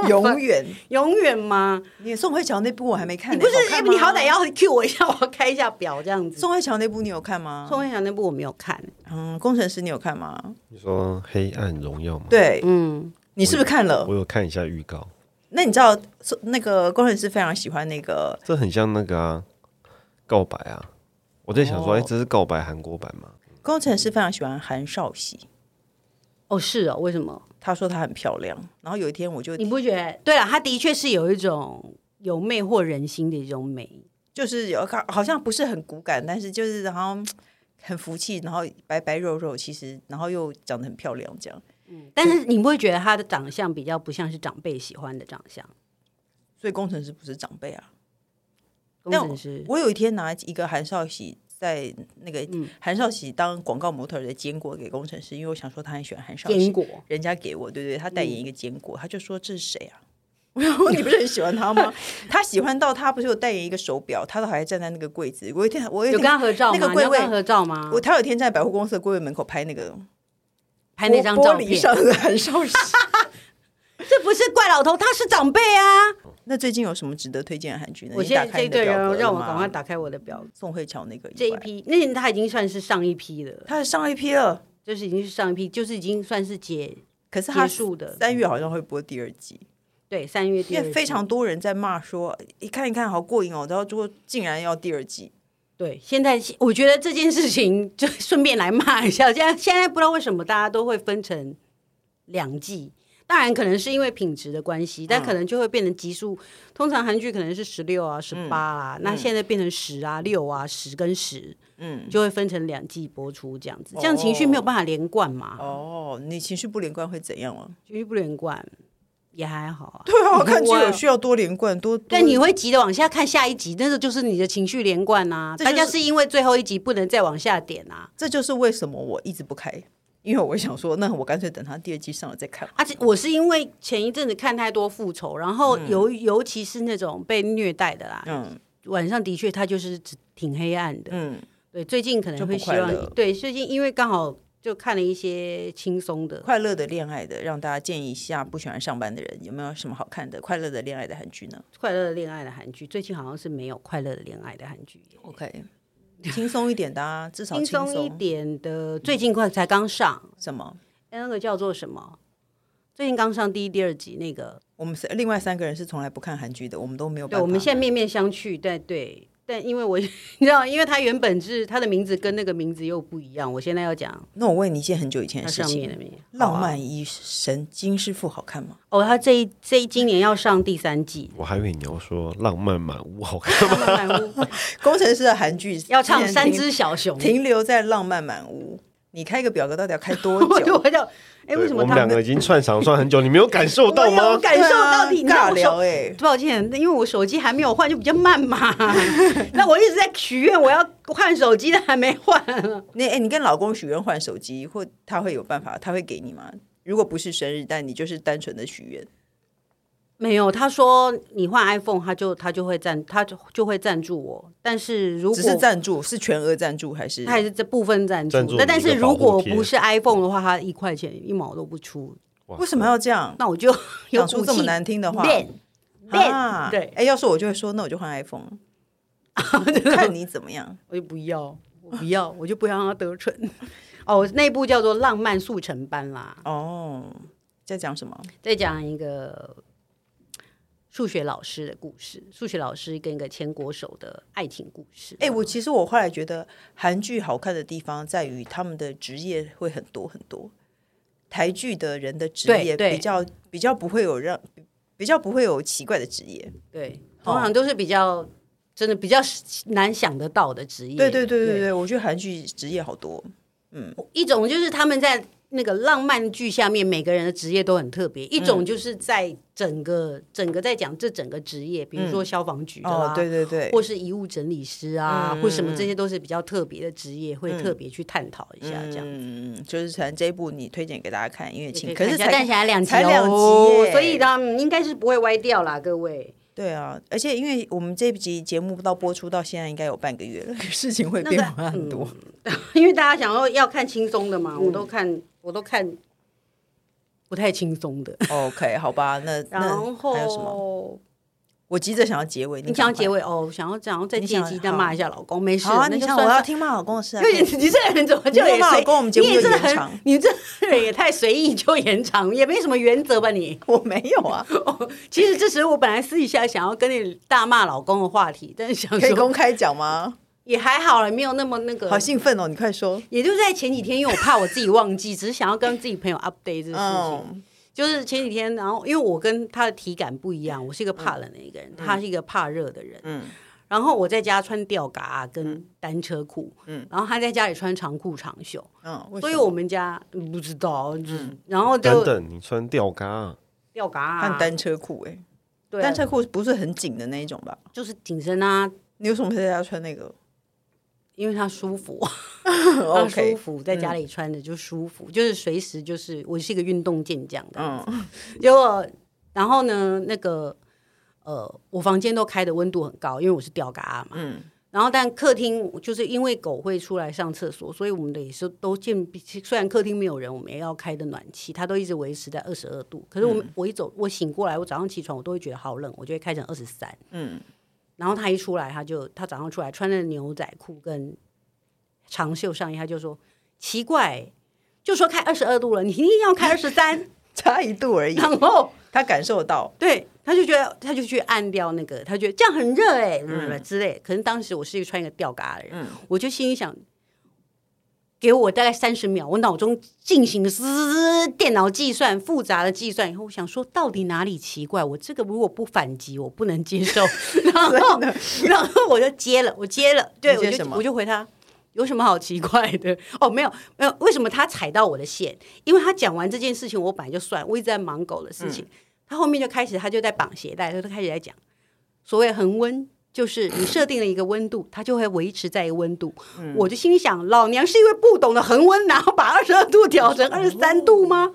[SPEAKER 1] 永远。
[SPEAKER 2] 永远吗？
[SPEAKER 1] 你宋慧乔那部我还没看
[SPEAKER 2] 你
[SPEAKER 1] 呢，
[SPEAKER 2] 不是
[SPEAKER 1] 看吗
[SPEAKER 2] 你好歹要 cue 我一下，我要开一下表这样子。
[SPEAKER 1] 宋慧乔那部你有看吗？
[SPEAKER 2] 宋慧乔那部我没有看，
[SPEAKER 1] 嗯，工程师你有看吗？
[SPEAKER 3] 你说《黑暗荣耀》吗？，
[SPEAKER 1] 对，
[SPEAKER 2] 嗯，
[SPEAKER 1] 你是不是看了
[SPEAKER 3] 我？有看一下预告，
[SPEAKER 1] 那你知道宋那个工程师非常喜欢那个
[SPEAKER 3] 这很像那个啊，告白啊。我在想说，
[SPEAKER 1] 哦
[SPEAKER 3] 哎，这是告白韩国版吗？
[SPEAKER 1] 工程师非常喜欢韩少熙，
[SPEAKER 2] 哦，是哦，为什么？
[SPEAKER 1] 她说她很漂亮，然后有一天我就
[SPEAKER 2] 你不觉得？对了，她的确是有一种有魅惑人心的一种美。
[SPEAKER 1] 就是有看，好像不是很骨感，但是就是好像很福气，然后白白肉肉，其实然后又长得很漂亮，这样。
[SPEAKER 2] 但是你不会觉得她的长相比较不像是长辈喜欢的长相？
[SPEAKER 1] 所以工程师不是长辈啊。
[SPEAKER 2] 工
[SPEAKER 1] 但
[SPEAKER 2] 程师
[SPEAKER 1] 我有一天拿一个韩少喜在那个
[SPEAKER 2] 嗯
[SPEAKER 1] 韩少喜当广告模特儿的坚果给工程师，因为我想说他很喜欢韩少
[SPEAKER 2] 坚
[SPEAKER 1] 喜，
[SPEAKER 2] 果，
[SPEAKER 1] 人家给我，对不对？他代
[SPEAKER 2] 嗯
[SPEAKER 1] 言一个坚果，他就说这是谁 啊？我说你不是很喜欢他吗？ 他喜欢到他不是有代言一个手表，他都还站在那个柜子。我有一天，我有
[SPEAKER 2] 有
[SPEAKER 1] 一
[SPEAKER 2] 跟
[SPEAKER 1] 天，
[SPEAKER 2] 她合照吗？
[SPEAKER 1] 那个
[SPEAKER 2] 你要
[SPEAKER 1] 贵
[SPEAKER 2] 跟
[SPEAKER 1] 位
[SPEAKER 2] 她合照吗？
[SPEAKER 1] 我他有一天在百货公司的柜位门口拍那个
[SPEAKER 2] 拍那张
[SPEAKER 1] 玻
[SPEAKER 2] 照
[SPEAKER 1] 璃
[SPEAKER 2] 片，
[SPEAKER 1] 上的韩少 喜。
[SPEAKER 2] 这不是怪老头，他是长辈啊！
[SPEAKER 1] 那最近有什么值得推荐的韩剧呢？
[SPEAKER 2] 我
[SPEAKER 1] 你
[SPEAKER 2] 现在
[SPEAKER 1] 打开
[SPEAKER 2] 这
[SPEAKER 1] 你的
[SPEAKER 2] 对
[SPEAKER 1] 表格
[SPEAKER 2] 人
[SPEAKER 1] 了
[SPEAKER 2] 让我
[SPEAKER 1] 吗嗯
[SPEAKER 2] 赶快打开我的表格。
[SPEAKER 1] 宋慧乔那个以外
[SPEAKER 2] 这一，批，那他已经算是上一批了，
[SPEAKER 1] 他是上一批了，
[SPEAKER 2] 就是已经是上一批，就是已经算是结
[SPEAKER 1] 可是他
[SPEAKER 2] 结束的。
[SPEAKER 1] 三月好像会播第二季，
[SPEAKER 2] 对，三月第
[SPEAKER 1] 因
[SPEAKER 2] 二
[SPEAKER 1] 为
[SPEAKER 2] 季
[SPEAKER 1] 非常多人在骂说，一看一看好过瘾哦，然后结果竟然要第二季，
[SPEAKER 2] 对。现在我觉得这件事情就顺便来骂一下，现在现在不知道为什么大家都会分成两季。当然，可能是因为品质的关系，
[SPEAKER 1] 嗯
[SPEAKER 2] 但可能就会变成集数。通常韩剧可能是十六啊、
[SPEAKER 1] 嗯
[SPEAKER 2] 十八啊，那现在变成十啊、六啊、十跟十，
[SPEAKER 1] 嗯，
[SPEAKER 2] 就会分成两季播出这样子。这样情绪没有办法连贯嘛？
[SPEAKER 1] 哦，你情绪不连贯会怎样啊？
[SPEAKER 2] 情绪不连贯也还好啊。
[SPEAKER 1] 对 啊，我看剧
[SPEAKER 2] 我
[SPEAKER 1] 有需要多连贯，多
[SPEAKER 2] 但你
[SPEAKER 1] 多
[SPEAKER 2] 会急着往下看下一集，那个就是你的情绪连贯啊。
[SPEAKER 1] 这就是
[SPEAKER 2] 大家是因为最后一集不能再往下点啊。
[SPEAKER 1] 这就是为什么我一直不开，因为我想说，那我干脆等他第二季上了再看。
[SPEAKER 2] 而且啊我是因为前一阵子看太多复仇，然后尤、尤其是那种被虐待的啦，
[SPEAKER 1] 嗯
[SPEAKER 2] 晚上的确它就是只挺黑暗的。
[SPEAKER 1] 嗯，
[SPEAKER 2] 对，最近可能会希
[SPEAKER 1] 就不快乐
[SPEAKER 2] 望对，最近因为刚好就看了一些轻松的，
[SPEAKER 1] 快乐的恋爱的，让大家建议一下不喜欢上班的人有没有什么好看的快乐的恋爱的韩剧呢？
[SPEAKER 2] 快乐的恋爱的韩剧，最近好像是没有快乐的恋爱的韩剧，
[SPEAKER 1] OK，轻松一点的啊，至少
[SPEAKER 2] 轻松一点
[SPEAKER 1] 嗯
[SPEAKER 2] 的，最近快才刚上，
[SPEAKER 1] 什么？
[SPEAKER 2] 哎那个叫做什么？最近刚上第一、第二集那个，
[SPEAKER 1] 我们是另外三个人是从来不看韩剧的，我们都没有办
[SPEAKER 2] 对，
[SPEAKER 1] 法。
[SPEAKER 2] 我们现在面面相觑，但对，但因为我 你知道，因为他原本是他的名字跟那个名字又不一样，我现在要讲
[SPEAKER 1] 那我问你一件很久以前
[SPEAKER 3] 哎
[SPEAKER 2] 他
[SPEAKER 1] 的事
[SPEAKER 2] 上面的
[SPEAKER 1] 情：
[SPEAKER 2] 名字
[SPEAKER 1] 浪漫医神金师傅好看吗？
[SPEAKER 2] 哦，他这一这一今年要上第三
[SPEAKER 3] ，
[SPEAKER 2] 季
[SPEAKER 3] 我还以为你要说《浪漫满屋》好看，
[SPEAKER 2] 浪漫满屋
[SPEAKER 1] 工程师的韩剧
[SPEAKER 2] 要唱
[SPEAKER 1] 竟然
[SPEAKER 2] 三
[SPEAKER 1] 停
[SPEAKER 2] 只小 熊，
[SPEAKER 1] 停留在浪漫满屋。你开个表格到底要开 多
[SPEAKER 2] 我就
[SPEAKER 1] 久？
[SPEAKER 2] 我就哎，为什么
[SPEAKER 3] 我们
[SPEAKER 2] 他
[SPEAKER 3] 两个已经串场串很久，你没有感受到
[SPEAKER 2] 我
[SPEAKER 3] 吗
[SPEAKER 2] 有？感受到
[SPEAKER 1] 哎对啊
[SPEAKER 2] 你你知道
[SPEAKER 1] 尬
[SPEAKER 2] 我
[SPEAKER 1] 聊
[SPEAKER 2] 手
[SPEAKER 1] 哎，
[SPEAKER 2] 抱歉，因为我手机还没有换，就比较慢嘛。 那我一直在许愿，我要换手机，但还没 换。
[SPEAKER 1] 那哎，你跟老公许愿换手机，或他会有办法，他会给你吗？如果不是生日，但你就是单纯的许愿，
[SPEAKER 2] 没有，他说你换 iPhone，他就他就会赞，他就就会赞助我。但是如果
[SPEAKER 1] 只是赞助，是全额赞助还是
[SPEAKER 2] 他？还是这部分赞助
[SPEAKER 3] 赞助，
[SPEAKER 2] 那但
[SPEAKER 3] 你一个
[SPEAKER 2] 是如
[SPEAKER 3] 保护
[SPEAKER 2] 果
[SPEAKER 3] 贴
[SPEAKER 2] 不是 iPhone 的话，他一块钱一毛都不出，
[SPEAKER 3] 哇
[SPEAKER 1] 为什么要这样
[SPEAKER 2] 那 我就
[SPEAKER 1] 讲
[SPEAKER 2] 有骨
[SPEAKER 1] 出
[SPEAKER 2] 气。
[SPEAKER 1] 这么难听的话？
[SPEAKER 2] 变
[SPEAKER 1] 啊，
[SPEAKER 2] 变，对，
[SPEAKER 1] 哎，要是我就会说，那我就换 iPhone，看你怎么样。
[SPEAKER 2] 我就不要，我不要，我就不要让他得逞。 哦，那部叫做《浪漫速成班》啦，
[SPEAKER 1] 哦，在讲什么？
[SPEAKER 2] 再讲一个数学老师的故事，数学老师跟一个牵国手的爱情故事。
[SPEAKER 1] 哎、我其实我后来觉得韩剧好看的地方在于他们的职业会很多很多，台剧的人的职
[SPEAKER 2] 对
[SPEAKER 1] 业
[SPEAKER 2] 对
[SPEAKER 1] 比较比较不会有让比较不会有奇怪的职业。
[SPEAKER 2] 对，
[SPEAKER 1] 哦
[SPEAKER 2] 通常都是比较真的比较难想得到的职业。
[SPEAKER 1] 对对对对对，我觉得韩剧职业好多。
[SPEAKER 2] 一种就是他们在那个浪漫剧下面，每个人的职业都很特别；一种就是在整个整个在讲这整个职业，比如说消防局的啦，
[SPEAKER 1] 嗯哦，对对对，
[SPEAKER 2] 或是遗物整理师啊，
[SPEAKER 1] 嗯
[SPEAKER 2] 或什么，这些都是比较特别的职业，会特别去探讨一下这样。
[SPEAKER 1] 嗯，就是可能这一部你推荐给大家看，因为
[SPEAKER 2] 也可以
[SPEAKER 1] 情可是
[SPEAKER 2] 看
[SPEAKER 1] 才
[SPEAKER 2] 一下但是还两集
[SPEAKER 1] 才两集
[SPEAKER 2] 哦
[SPEAKER 1] 耶
[SPEAKER 2] 所以呢，嗯应该是不会歪掉啦，各位。
[SPEAKER 1] 对啊，而且因为我们这集节目到播出到现在应该有半个月了， 事情会
[SPEAKER 2] 那
[SPEAKER 1] 变
[SPEAKER 2] 个
[SPEAKER 1] 化很多。
[SPEAKER 2] 因为大家想要要看轻松的嘛，
[SPEAKER 1] 嗯
[SPEAKER 2] 我都看，我都看不太轻松的。
[SPEAKER 1] OK，好吧，那那
[SPEAKER 2] 嗯然
[SPEAKER 1] 还有什么？
[SPEAKER 2] 后
[SPEAKER 1] 我急着想要结尾，你
[SPEAKER 2] 你想要
[SPEAKER 1] 赶快
[SPEAKER 2] 结尾哦，想要想要再
[SPEAKER 1] 你
[SPEAKER 2] 借
[SPEAKER 1] 想
[SPEAKER 2] 机再
[SPEAKER 1] 好
[SPEAKER 2] 骂一下老公，没事，
[SPEAKER 1] 好啊，
[SPEAKER 2] 那
[SPEAKER 1] 你
[SPEAKER 2] 就
[SPEAKER 1] 想
[SPEAKER 2] 算
[SPEAKER 1] 我要
[SPEAKER 2] 算。
[SPEAKER 1] 听骂老公的事啊
[SPEAKER 2] 因。为你你这人怎么就
[SPEAKER 1] 你
[SPEAKER 2] 也
[SPEAKER 1] 又骂
[SPEAKER 2] 随
[SPEAKER 1] 老公我们节目
[SPEAKER 2] 你
[SPEAKER 1] 就
[SPEAKER 2] 也
[SPEAKER 1] 是延
[SPEAKER 2] 很
[SPEAKER 1] 长，
[SPEAKER 2] 你这人也太随意就延长，也没什么原则吧你？
[SPEAKER 1] 我没有啊，
[SPEAKER 2] 其实这时我本来私底下想要跟你大骂老公的话题，但是想
[SPEAKER 1] 可以
[SPEAKER 2] 说呃
[SPEAKER 1] 公开讲吗？
[SPEAKER 2] 也还好了，没有那么那个。
[SPEAKER 1] 好兴奋哦！你快说，
[SPEAKER 2] 也就在前几天，因为我怕我自己忘记，只是想要跟自己 朋友 update 这个事情。
[SPEAKER 1] 嗯
[SPEAKER 2] 就是前几天，然后因为我跟他的体感不一样，我是一个怕冷的一个人，他是一个怕热的人。
[SPEAKER 1] 嗯
[SPEAKER 2] 然后我在家穿吊嘎、啊跟单车裤，
[SPEAKER 1] 嗯
[SPEAKER 2] 然后他在家里穿长裤长袖，
[SPEAKER 1] 嗯，为
[SPEAKER 2] 所以
[SPEAKER 1] 什么嗯
[SPEAKER 2] 我们家嗯不知道，就是然后就
[SPEAKER 3] 等等，你穿吊嘎啊，
[SPEAKER 2] 吊嘎、
[SPEAKER 1] 看
[SPEAKER 2] 啊，
[SPEAKER 1] 单车裤哎、
[SPEAKER 2] 对啊
[SPEAKER 1] 单车裤不是很紧的那一种吧？
[SPEAKER 2] 就是紧身啊，
[SPEAKER 1] 你为什么在家穿那个哦
[SPEAKER 2] 因为它舒服，它舒
[SPEAKER 1] ？OK，嗯
[SPEAKER 2] 服，在家里穿着就舒服，就是随时就是我是一个运动健将的，
[SPEAKER 1] 嗯
[SPEAKER 2] 结果然后呢，那个呃，我房间都开的温度很高，因为我是吊嘎啊嘛，
[SPEAKER 1] 嗯
[SPEAKER 2] 然后但客厅就是因为狗会出来上厕所，所以我们的也是都建，虽然客厅没有人，我们也要开的暖气，它都一直维持在二十二度。可是我
[SPEAKER 1] 嗯
[SPEAKER 2] 们、我一走，我醒过来，我早上起床我都会觉得好冷，我就会开成二十三。
[SPEAKER 1] 嗯，
[SPEAKER 2] 然后他一出来，他就他早上出来穿着牛仔裤跟长袖上衣，他就说奇怪，就说开二十二度了，你一定要开二十三。
[SPEAKER 1] 差一度而已，
[SPEAKER 2] 然后
[SPEAKER 1] 他感受到，
[SPEAKER 2] 对，他就觉得他就去按掉那个，他觉得这样很热哎、欸，
[SPEAKER 1] 嗯
[SPEAKER 2] 之类。可是当时我是一个穿一个吊嘎的人，我就心里想，给我大概三十秒，我脑中进行滋电脑计算复杂的计算以后，我想说到底哪里奇怪？我这个如果不反击，我不能 接受。然后， 然后我就接了，我接了，
[SPEAKER 1] 你
[SPEAKER 2] 对，我
[SPEAKER 1] 接
[SPEAKER 2] 就
[SPEAKER 1] 什么
[SPEAKER 2] 我就回他。有什么好奇怪的？哦，没有，没有。为什么他踩到我的线？因为他讲完这件事情，我本来就算，我一直在忙狗的事
[SPEAKER 1] 嗯
[SPEAKER 2] 情。他后面就开始，他就在绑鞋带，他就开始在讲所谓恒温，就是你设定了一个温度，它就会维持在一个温度。
[SPEAKER 1] 嗯
[SPEAKER 2] 我就心里想，老娘是因为不懂得恒温，然后把二十二度调成二十三度吗？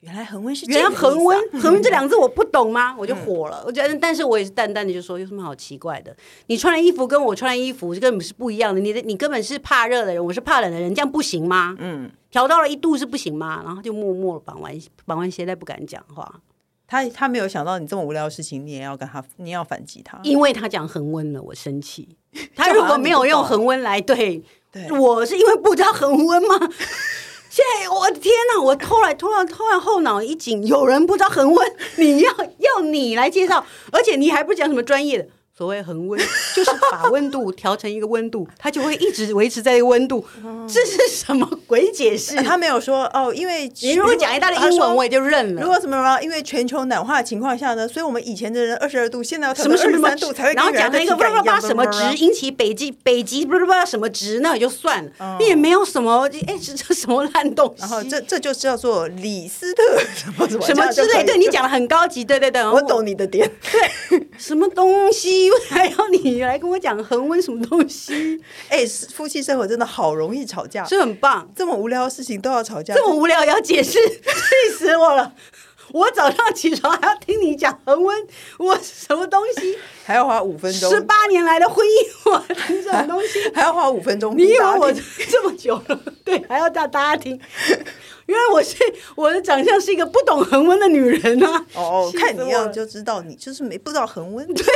[SPEAKER 1] 原来恒温哦是这
[SPEAKER 2] 原来
[SPEAKER 1] 个意思啊嗯
[SPEAKER 2] 恒温，恒温这两个字我不懂吗？我就火了。我觉得，但是我也是淡淡的就说，有什么好奇怪的？你穿的衣服跟我穿的衣服根本是不一样的。你的你根本是怕热的人，我是怕冷的人，这样不行吗？嗯，调到了一度是不行吗？然后就默默地绑完绑完鞋带，不敢讲话，
[SPEAKER 1] 他他没有想到你这么无聊的事情，你也要跟他，你也要反击他。
[SPEAKER 2] 因为他讲恒温了，我生 气。他如果没有用恒温来对
[SPEAKER 1] 对
[SPEAKER 2] 我是因为不知道恒温吗？ 现在我的天哪！我后来突然突然后脑一紧，有人不知道恒温，你要要你来介绍，而且你还不是讲什么专业的。所谓恒温，就是把温度调成一个温度，它就会一直维持在一个温度。这是什么鬼解 释？
[SPEAKER 1] 他没有说哦，因为
[SPEAKER 2] 你如果讲一大堆
[SPEAKER 1] 他
[SPEAKER 2] 英
[SPEAKER 1] 说
[SPEAKER 2] 文，我也就认了。
[SPEAKER 1] 如果什么什么，因为全球暖化的情况下呢，所以我们以前的人二十二度，现在要
[SPEAKER 2] 什么什么
[SPEAKER 1] 三度才会跟
[SPEAKER 2] 然后
[SPEAKER 1] 原来
[SPEAKER 2] 讲
[SPEAKER 1] 的
[SPEAKER 2] 了一个
[SPEAKER 1] 体
[SPEAKER 2] 不知
[SPEAKER 1] 感
[SPEAKER 2] 道
[SPEAKER 1] 一样
[SPEAKER 2] 什么值，引起北极北极不知道什么值，那也就算了，你也没有什么哎这这什么烂东西，
[SPEAKER 1] 哦然后这这就叫做李斯特 什么什么
[SPEAKER 2] 什么之类，对你，讲的很高级，对对
[SPEAKER 1] 这
[SPEAKER 2] 对，
[SPEAKER 1] 样就可以我懂你的点。
[SPEAKER 2] 什么东西， 还要你来跟我讲恒温什么东西，
[SPEAKER 1] 哎，夫妻生活真的好容易吵架，
[SPEAKER 2] 是很棒，
[SPEAKER 1] 这么无聊的事情都要吵架，
[SPEAKER 2] 这么无聊也要解释， 气死我了！我早上起床还要听你讲恒温，我什么东西？
[SPEAKER 1] 还要花五 分钟，
[SPEAKER 2] 十八年来的婚姻，我 听这种东西。
[SPEAKER 1] 还要花五分钟
[SPEAKER 2] 你
[SPEAKER 1] 逼
[SPEAKER 2] 以为
[SPEAKER 1] 大家听。
[SPEAKER 2] 我这么久了， 对，还要叫大家听？ 原来我是我的长相是一个不懂恒温的女人啊！
[SPEAKER 1] 哦，
[SPEAKER 2] 气
[SPEAKER 1] 看
[SPEAKER 2] 死
[SPEAKER 1] 你
[SPEAKER 2] 我
[SPEAKER 1] 样
[SPEAKER 2] 了
[SPEAKER 1] 就知道你就是没不知道恒温，对，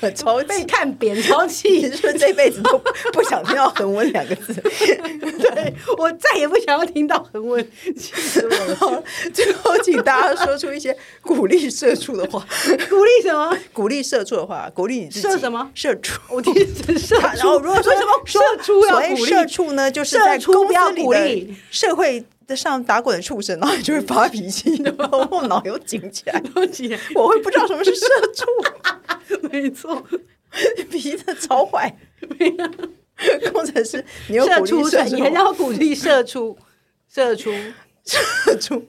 [SPEAKER 1] 很超气
[SPEAKER 2] 被看扁 超
[SPEAKER 1] 你
[SPEAKER 2] 气，
[SPEAKER 1] 是不是这辈子都不想听到“恒温”两个字？
[SPEAKER 2] 对我再也不想要听到恒温，气死我了！
[SPEAKER 1] 最后，请大家说出一些鼓励社畜的话，
[SPEAKER 2] 鼓励什么？
[SPEAKER 1] 鼓励社畜的话，鼓励你自己。
[SPEAKER 2] 社什么
[SPEAKER 1] 社畜。
[SPEAKER 2] 我听成 社
[SPEAKER 1] 然
[SPEAKER 2] 畜，
[SPEAKER 1] 后，如果说
[SPEAKER 2] 为什么
[SPEAKER 1] 说
[SPEAKER 2] 社畜要
[SPEAKER 1] 所谓
[SPEAKER 2] 鼓励？
[SPEAKER 1] 社畜呢，就是在
[SPEAKER 2] 社畜
[SPEAKER 1] 公
[SPEAKER 2] 不要
[SPEAKER 1] 司里
[SPEAKER 2] 鼓
[SPEAKER 1] 的
[SPEAKER 2] 励
[SPEAKER 1] 社会上打滚的畜生，然后你就会发脾气，然后后脑又紧起来。
[SPEAKER 2] 对不起
[SPEAKER 1] 我会不知道什么是社畜，
[SPEAKER 2] 没错，
[SPEAKER 1] 鼻子超 坏。工程师，你又
[SPEAKER 2] 社
[SPEAKER 1] 鼓励
[SPEAKER 2] 畜
[SPEAKER 1] 社
[SPEAKER 2] 你还
[SPEAKER 1] 畜，
[SPEAKER 2] 要鼓励社畜，社畜，
[SPEAKER 1] 社畜，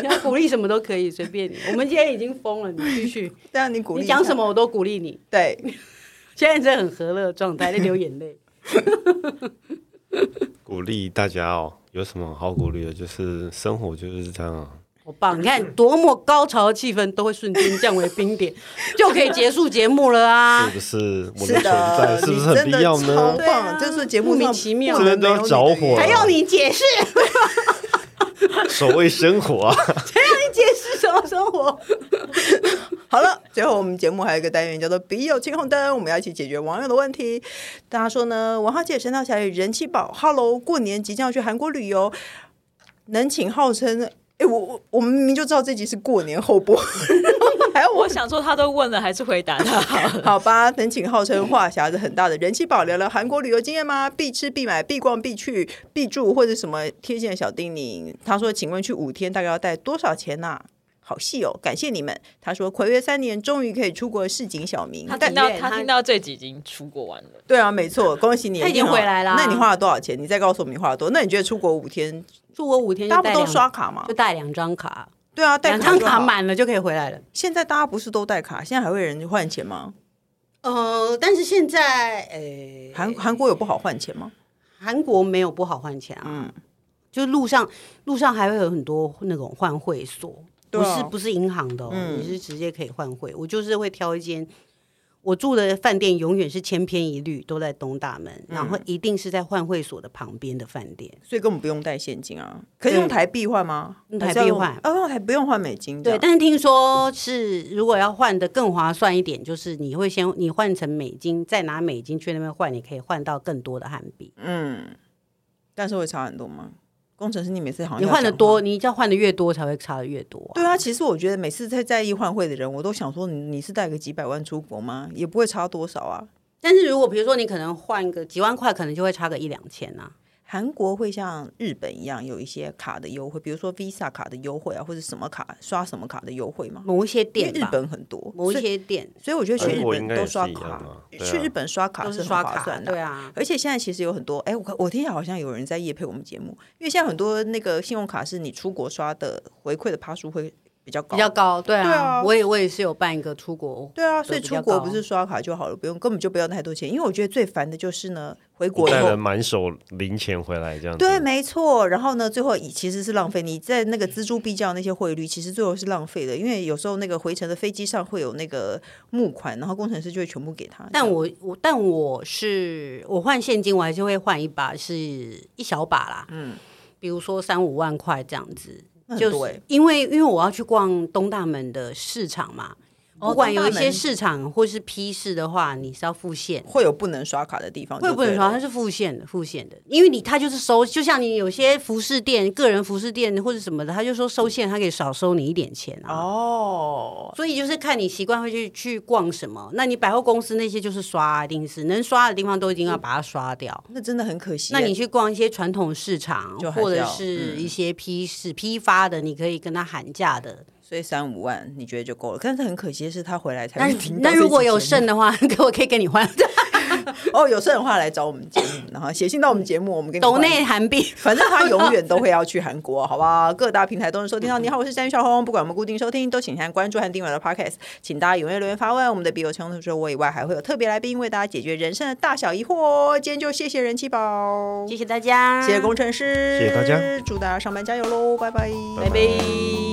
[SPEAKER 2] 你要鼓励什么都可以，随便你。我们今天已经疯了，你继续，
[SPEAKER 1] 这样你 鼓励
[SPEAKER 2] 你
[SPEAKER 1] 一下
[SPEAKER 2] 讲什？么我都鼓励你。
[SPEAKER 1] 对，
[SPEAKER 2] 现在在很和乐的状态，在流眼泪。
[SPEAKER 3] 鼓励大家哦。有什么好鼓励的？就是生活就是这样啊。
[SPEAKER 2] 好棒！你看多么高潮的气氛都会瞬间降为冰点， 就可以结束节目了啊
[SPEAKER 3] 是！不是我
[SPEAKER 1] 是
[SPEAKER 3] 的存在
[SPEAKER 1] 的，
[SPEAKER 3] 是不是
[SPEAKER 1] 你
[SPEAKER 3] 很
[SPEAKER 1] 真
[SPEAKER 3] 必
[SPEAKER 1] 的
[SPEAKER 3] 要
[SPEAKER 1] 超
[SPEAKER 3] 呢？
[SPEAKER 2] 对啊
[SPEAKER 1] 棒，这是节目
[SPEAKER 2] 莫
[SPEAKER 1] 上
[SPEAKER 2] 名其妙
[SPEAKER 1] 不能没有你的
[SPEAKER 3] 这边都要着火
[SPEAKER 1] 原
[SPEAKER 2] 还
[SPEAKER 1] 因
[SPEAKER 2] 要你解释，
[SPEAKER 3] 所谓生活 啊，
[SPEAKER 2] 还要你解释什么生活？
[SPEAKER 1] 好了，最后我们节目还有一个单元叫做“笔友青红灯”，我们要一起解决网友的问题。大家说呢？王浩姐、神道侠侣人气宝，Hello，过年即将要去韩国旅游，能请号称。哎、我我我们明明就知道这集是过年后播， 还要我
[SPEAKER 4] 我想说，他都问了，还是回答他 好了。
[SPEAKER 1] 好吧，能请号称话匣子很大的人气宝聊聊韩国旅游经验吗？必吃、必买、必逛、必去、必住，或者什么贴心的小叮咛。他说：“请问去五天大概要带多少钱呐、好细哦，感谢你们。他说：“暌约三年，终于可以出国市井小民。
[SPEAKER 2] 他
[SPEAKER 1] 但
[SPEAKER 4] 听到
[SPEAKER 2] 对
[SPEAKER 4] 他
[SPEAKER 2] 他
[SPEAKER 4] 听到这集已经出国玩了，
[SPEAKER 1] 对啊，没错，恭喜你，
[SPEAKER 2] 他已经
[SPEAKER 1] 你好
[SPEAKER 2] 回来啦
[SPEAKER 1] 那你花了多少钱？你再告诉我们你花了多少？那你觉得出国五天，
[SPEAKER 2] 住我五天
[SPEAKER 1] 大家
[SPEAKER 2] 就带
[SPEAKER 1] 不都
[SPEAKER 2] 两
[SPEAKER 1] 刷卡吗
[SPEAKER 2] 就？带两张卡，
[SPEAKER 1] 对啊，带
[SPEAKER 2] 两张
[SPEAKER 1] 就好
[SPEAKER 2] 卡。满了就可以回来了。
[SPEAKER 1] 现在大家不是都带卡？现在还会有人换钱吗？
[SPEAKER 2] 呃，但是现在诶，
[SPEAKER 1] 韩韩国有不好换钱吗？
[SPEAKER 2] 韩国没有不好换钱啊，
[SPEAKER 1] 嗯
[SPEAKER 2] 就路上路上还会有很多那种换汇所，
[SPEAKER 1] 对
[SPEAKER 2] 不
[SPEAKER 1] 啊
[SPEAKER 2] 是不是银行的、哦，
[SPEAKER 1] 嗯
[SPEAKER 2] 你是直接可以换汇。我就是会挑一间，我住的饭店永远是千篇一律，都在东大门，然
[SPEAKER 1] 嗯
[SPEAKER 2] 后一定是在换汇所的旁边的饭店。
[SPEAKER 1] 所以根本不用带现金啊，可以用台币换吗？
[SPEAKER 2] 嗯用
[SPEAKER 1] 还是
[SPEAKER 2] 台币
[SPEAKER 1] 要
[SPEAKER 2] 换
[SPEAKER 1] 哦，用台不用换美金这
[SPEAKER 2] 对，
[SPEAKER 1] 样。
[SPEAKER 2] 但是听说是如果要换的更划算一点，就是你会先你换成美金，再拿美金去那边换，你可以换到更多的韩币。
[SPEAKER 1] 嗯，但是会差很多吗？工程师，你每次好像
[SPEAKER 2] 你
[SPEAKER 1] 要
[SPEAKER 2] 换的
[SPEAKER 1] 讲话
[SPEAKER 2] 多，，你要换的越多才会差的越多、
[SPEAKER 1] 对啊。其实我觉得每次在在意换汇的人，我都想说你你是带个几百万出国吗？也不会差多少啊。
[SPEAKER 2] 但是如果比如说你可能换个几万块，可能就会差个一两千啊。
[SPEAKER 1] 韩国会像日本一样有一些卡的优惠，比如说 Visa 卡的优惠啊，或者什么卡刷什么卡的优惠吗？
[SPEAKER 2] 某一些
[SPEAKER 1] 因为
[SPEAKER 2] 店
[SPEAKER 1] 日
[SPEAKER 2] 吧，
[SPEAKER 1] 本很多，
[SPEAKER 2] 某一
[SPEAKER 1] 所以
[SPEAKER 2] 些店
[SPEAKER 1] 所以我觉得去
[SPEAKER 3] 韩
[SPEAKER 1] 日
[SPEAKER 3] 国
[SPEAKER 1] 本
[SPEAKER 3] 应该
[SPEAKER 1] 都
[SPEAKER 3] 也是
[SPEAKER 1] 刷
[SPEAKER 3] 一样
[SPEAKER 1] 卡，
[SPEAKER 3] 啊对啊
[SPEAKER 1] 去日本刷卡
[SPEAKER 2] 都是
[SPEAKER 1] 很
[SPEAKER 2] 刷
[SPEAKER 1] 划
[SPEAKER 2] 卡，
[SPEAKER 1] 算的啊
[SPEAKER 2] 对啊。
[SPEAKER 1] 而且现在其实有很多，哎，我看我听起来好像有人在夜配我们节目，因为现在很多那个信用卡是你出国刷的回馈的趴数会比较高，
[SPEAKER 2] 比较高，对啊，
[SPEAKER 1] 对啊
[SPEAKER 2] 我也我也是有办一个出国，
[SPEAKER 1] 对啊，所以
[SPEAKER 2] 比较
[SPEAKER 1] 出国
[SPEAKER 2] 高
[SPEAKER 1] 不是刷卡就好了，不用根本就不要太多钱，因为我觉得最烦的就是呢，回国以
[SPEAKER 3] 带了
[SPEAKER 1] 后。
[SPEAKER 3] 满手零钱回来这样子。
[SPEAKER 1] 对，没错。然后呢，最后以其实是浪费。你在那个锱铢必较那些汇率，其实最后是浪费的，因为有时候那个回程的飞机上会有那个募款，然后工程师就会全部给他。
[SPEAKER 2] 但我我但我是我换现金，我还是会换一把，是一小把啦，嗯，比如说三五万块这样子，
[SPEAKER 1] 那很
[SPEAKER 2] 就
[SPEAKER 1] 多
[SPEAKER 2] 是
[SPEAKER 1] 欸
[SPEAKER 2] 因为因为我要去逛东大门的市场嘛，不管有一些
[SPEAKER 1] 是
[SPEAKER 2] 市场或是批市的话，你是要付现，
[SPEAKER 1] 会有不能刷卡的地方就
[SPEAKER 2] 会
[SPEAKER 1] 对了，
[SPEAKER 2] 不能刷，它是付现的，付现的，因为你它就是收，就像你有些服饰店、个人服饰店或者什么的，他就说收现，他可以少收你一点钱啊。
[SPEAKER 1] 哦，
[SPEAKER 2] 所以就是看你习惯会去去逛什么，那你百货公司那些就是刷啊，一定是能刷的地方都一定要
[SPEAKER 1] 嗯
[SPEAKER 2] 把它刷掉。
[SPEAKER 1] 那真的很可惜
[SPEAKER 2] 那
[SPEAKER 1] 耶。
[SPEAKER 2] 你去逛一些传统市场
[SPEAKER 1] 就，还是
[SPEAKER 2] 或者
[SPEAKER 1] 要嗯
[SPEAKER 2] 是一些批市、批发的，你可以跟他喊价的。
[SPEAKER 1] 所以三五万你觉得就够了？但是很可惜的是，他回来才
[SPEAKER 2] 那
[SPEAKER 1] 会听到
[SPEAKER 2] 那
[SPEAKER 1] 这期节目。
[SPEAKER 2] 如果有剩的话， 给我可以跟你换
[SPEAKER 1] 哦，有剩的话来找我们节目，然后写信到我们节目，我们给你
[SPEAKER 2] 斗
[SPEAKER 1] 换
[SPEAKER 2] 内韩币。
[SPEAKER 1] 反正他永远都 会要去韩国，好不好？各大平台都能收听到。你好，我是詹宇小红。不管我们固定收听，都请先关注和订阅我的 Podcast。请大家踊跃留言发问。我们的笔友圈除了我以外，还会有特别来宾为大家解决人生的大小疑惑哦。今天就谢谢人气宝，
[SPEAKER 2] 谢谢大家，啊
[SPEAKER 1] 谢谢工程师，
[SPEAKER 3] 谢谢大家，
[SPEAKER 1] 祝大家上班加油喽，拜拜，
[SPEAKER 3] 拜
[SPEAKER 2] 拜拜。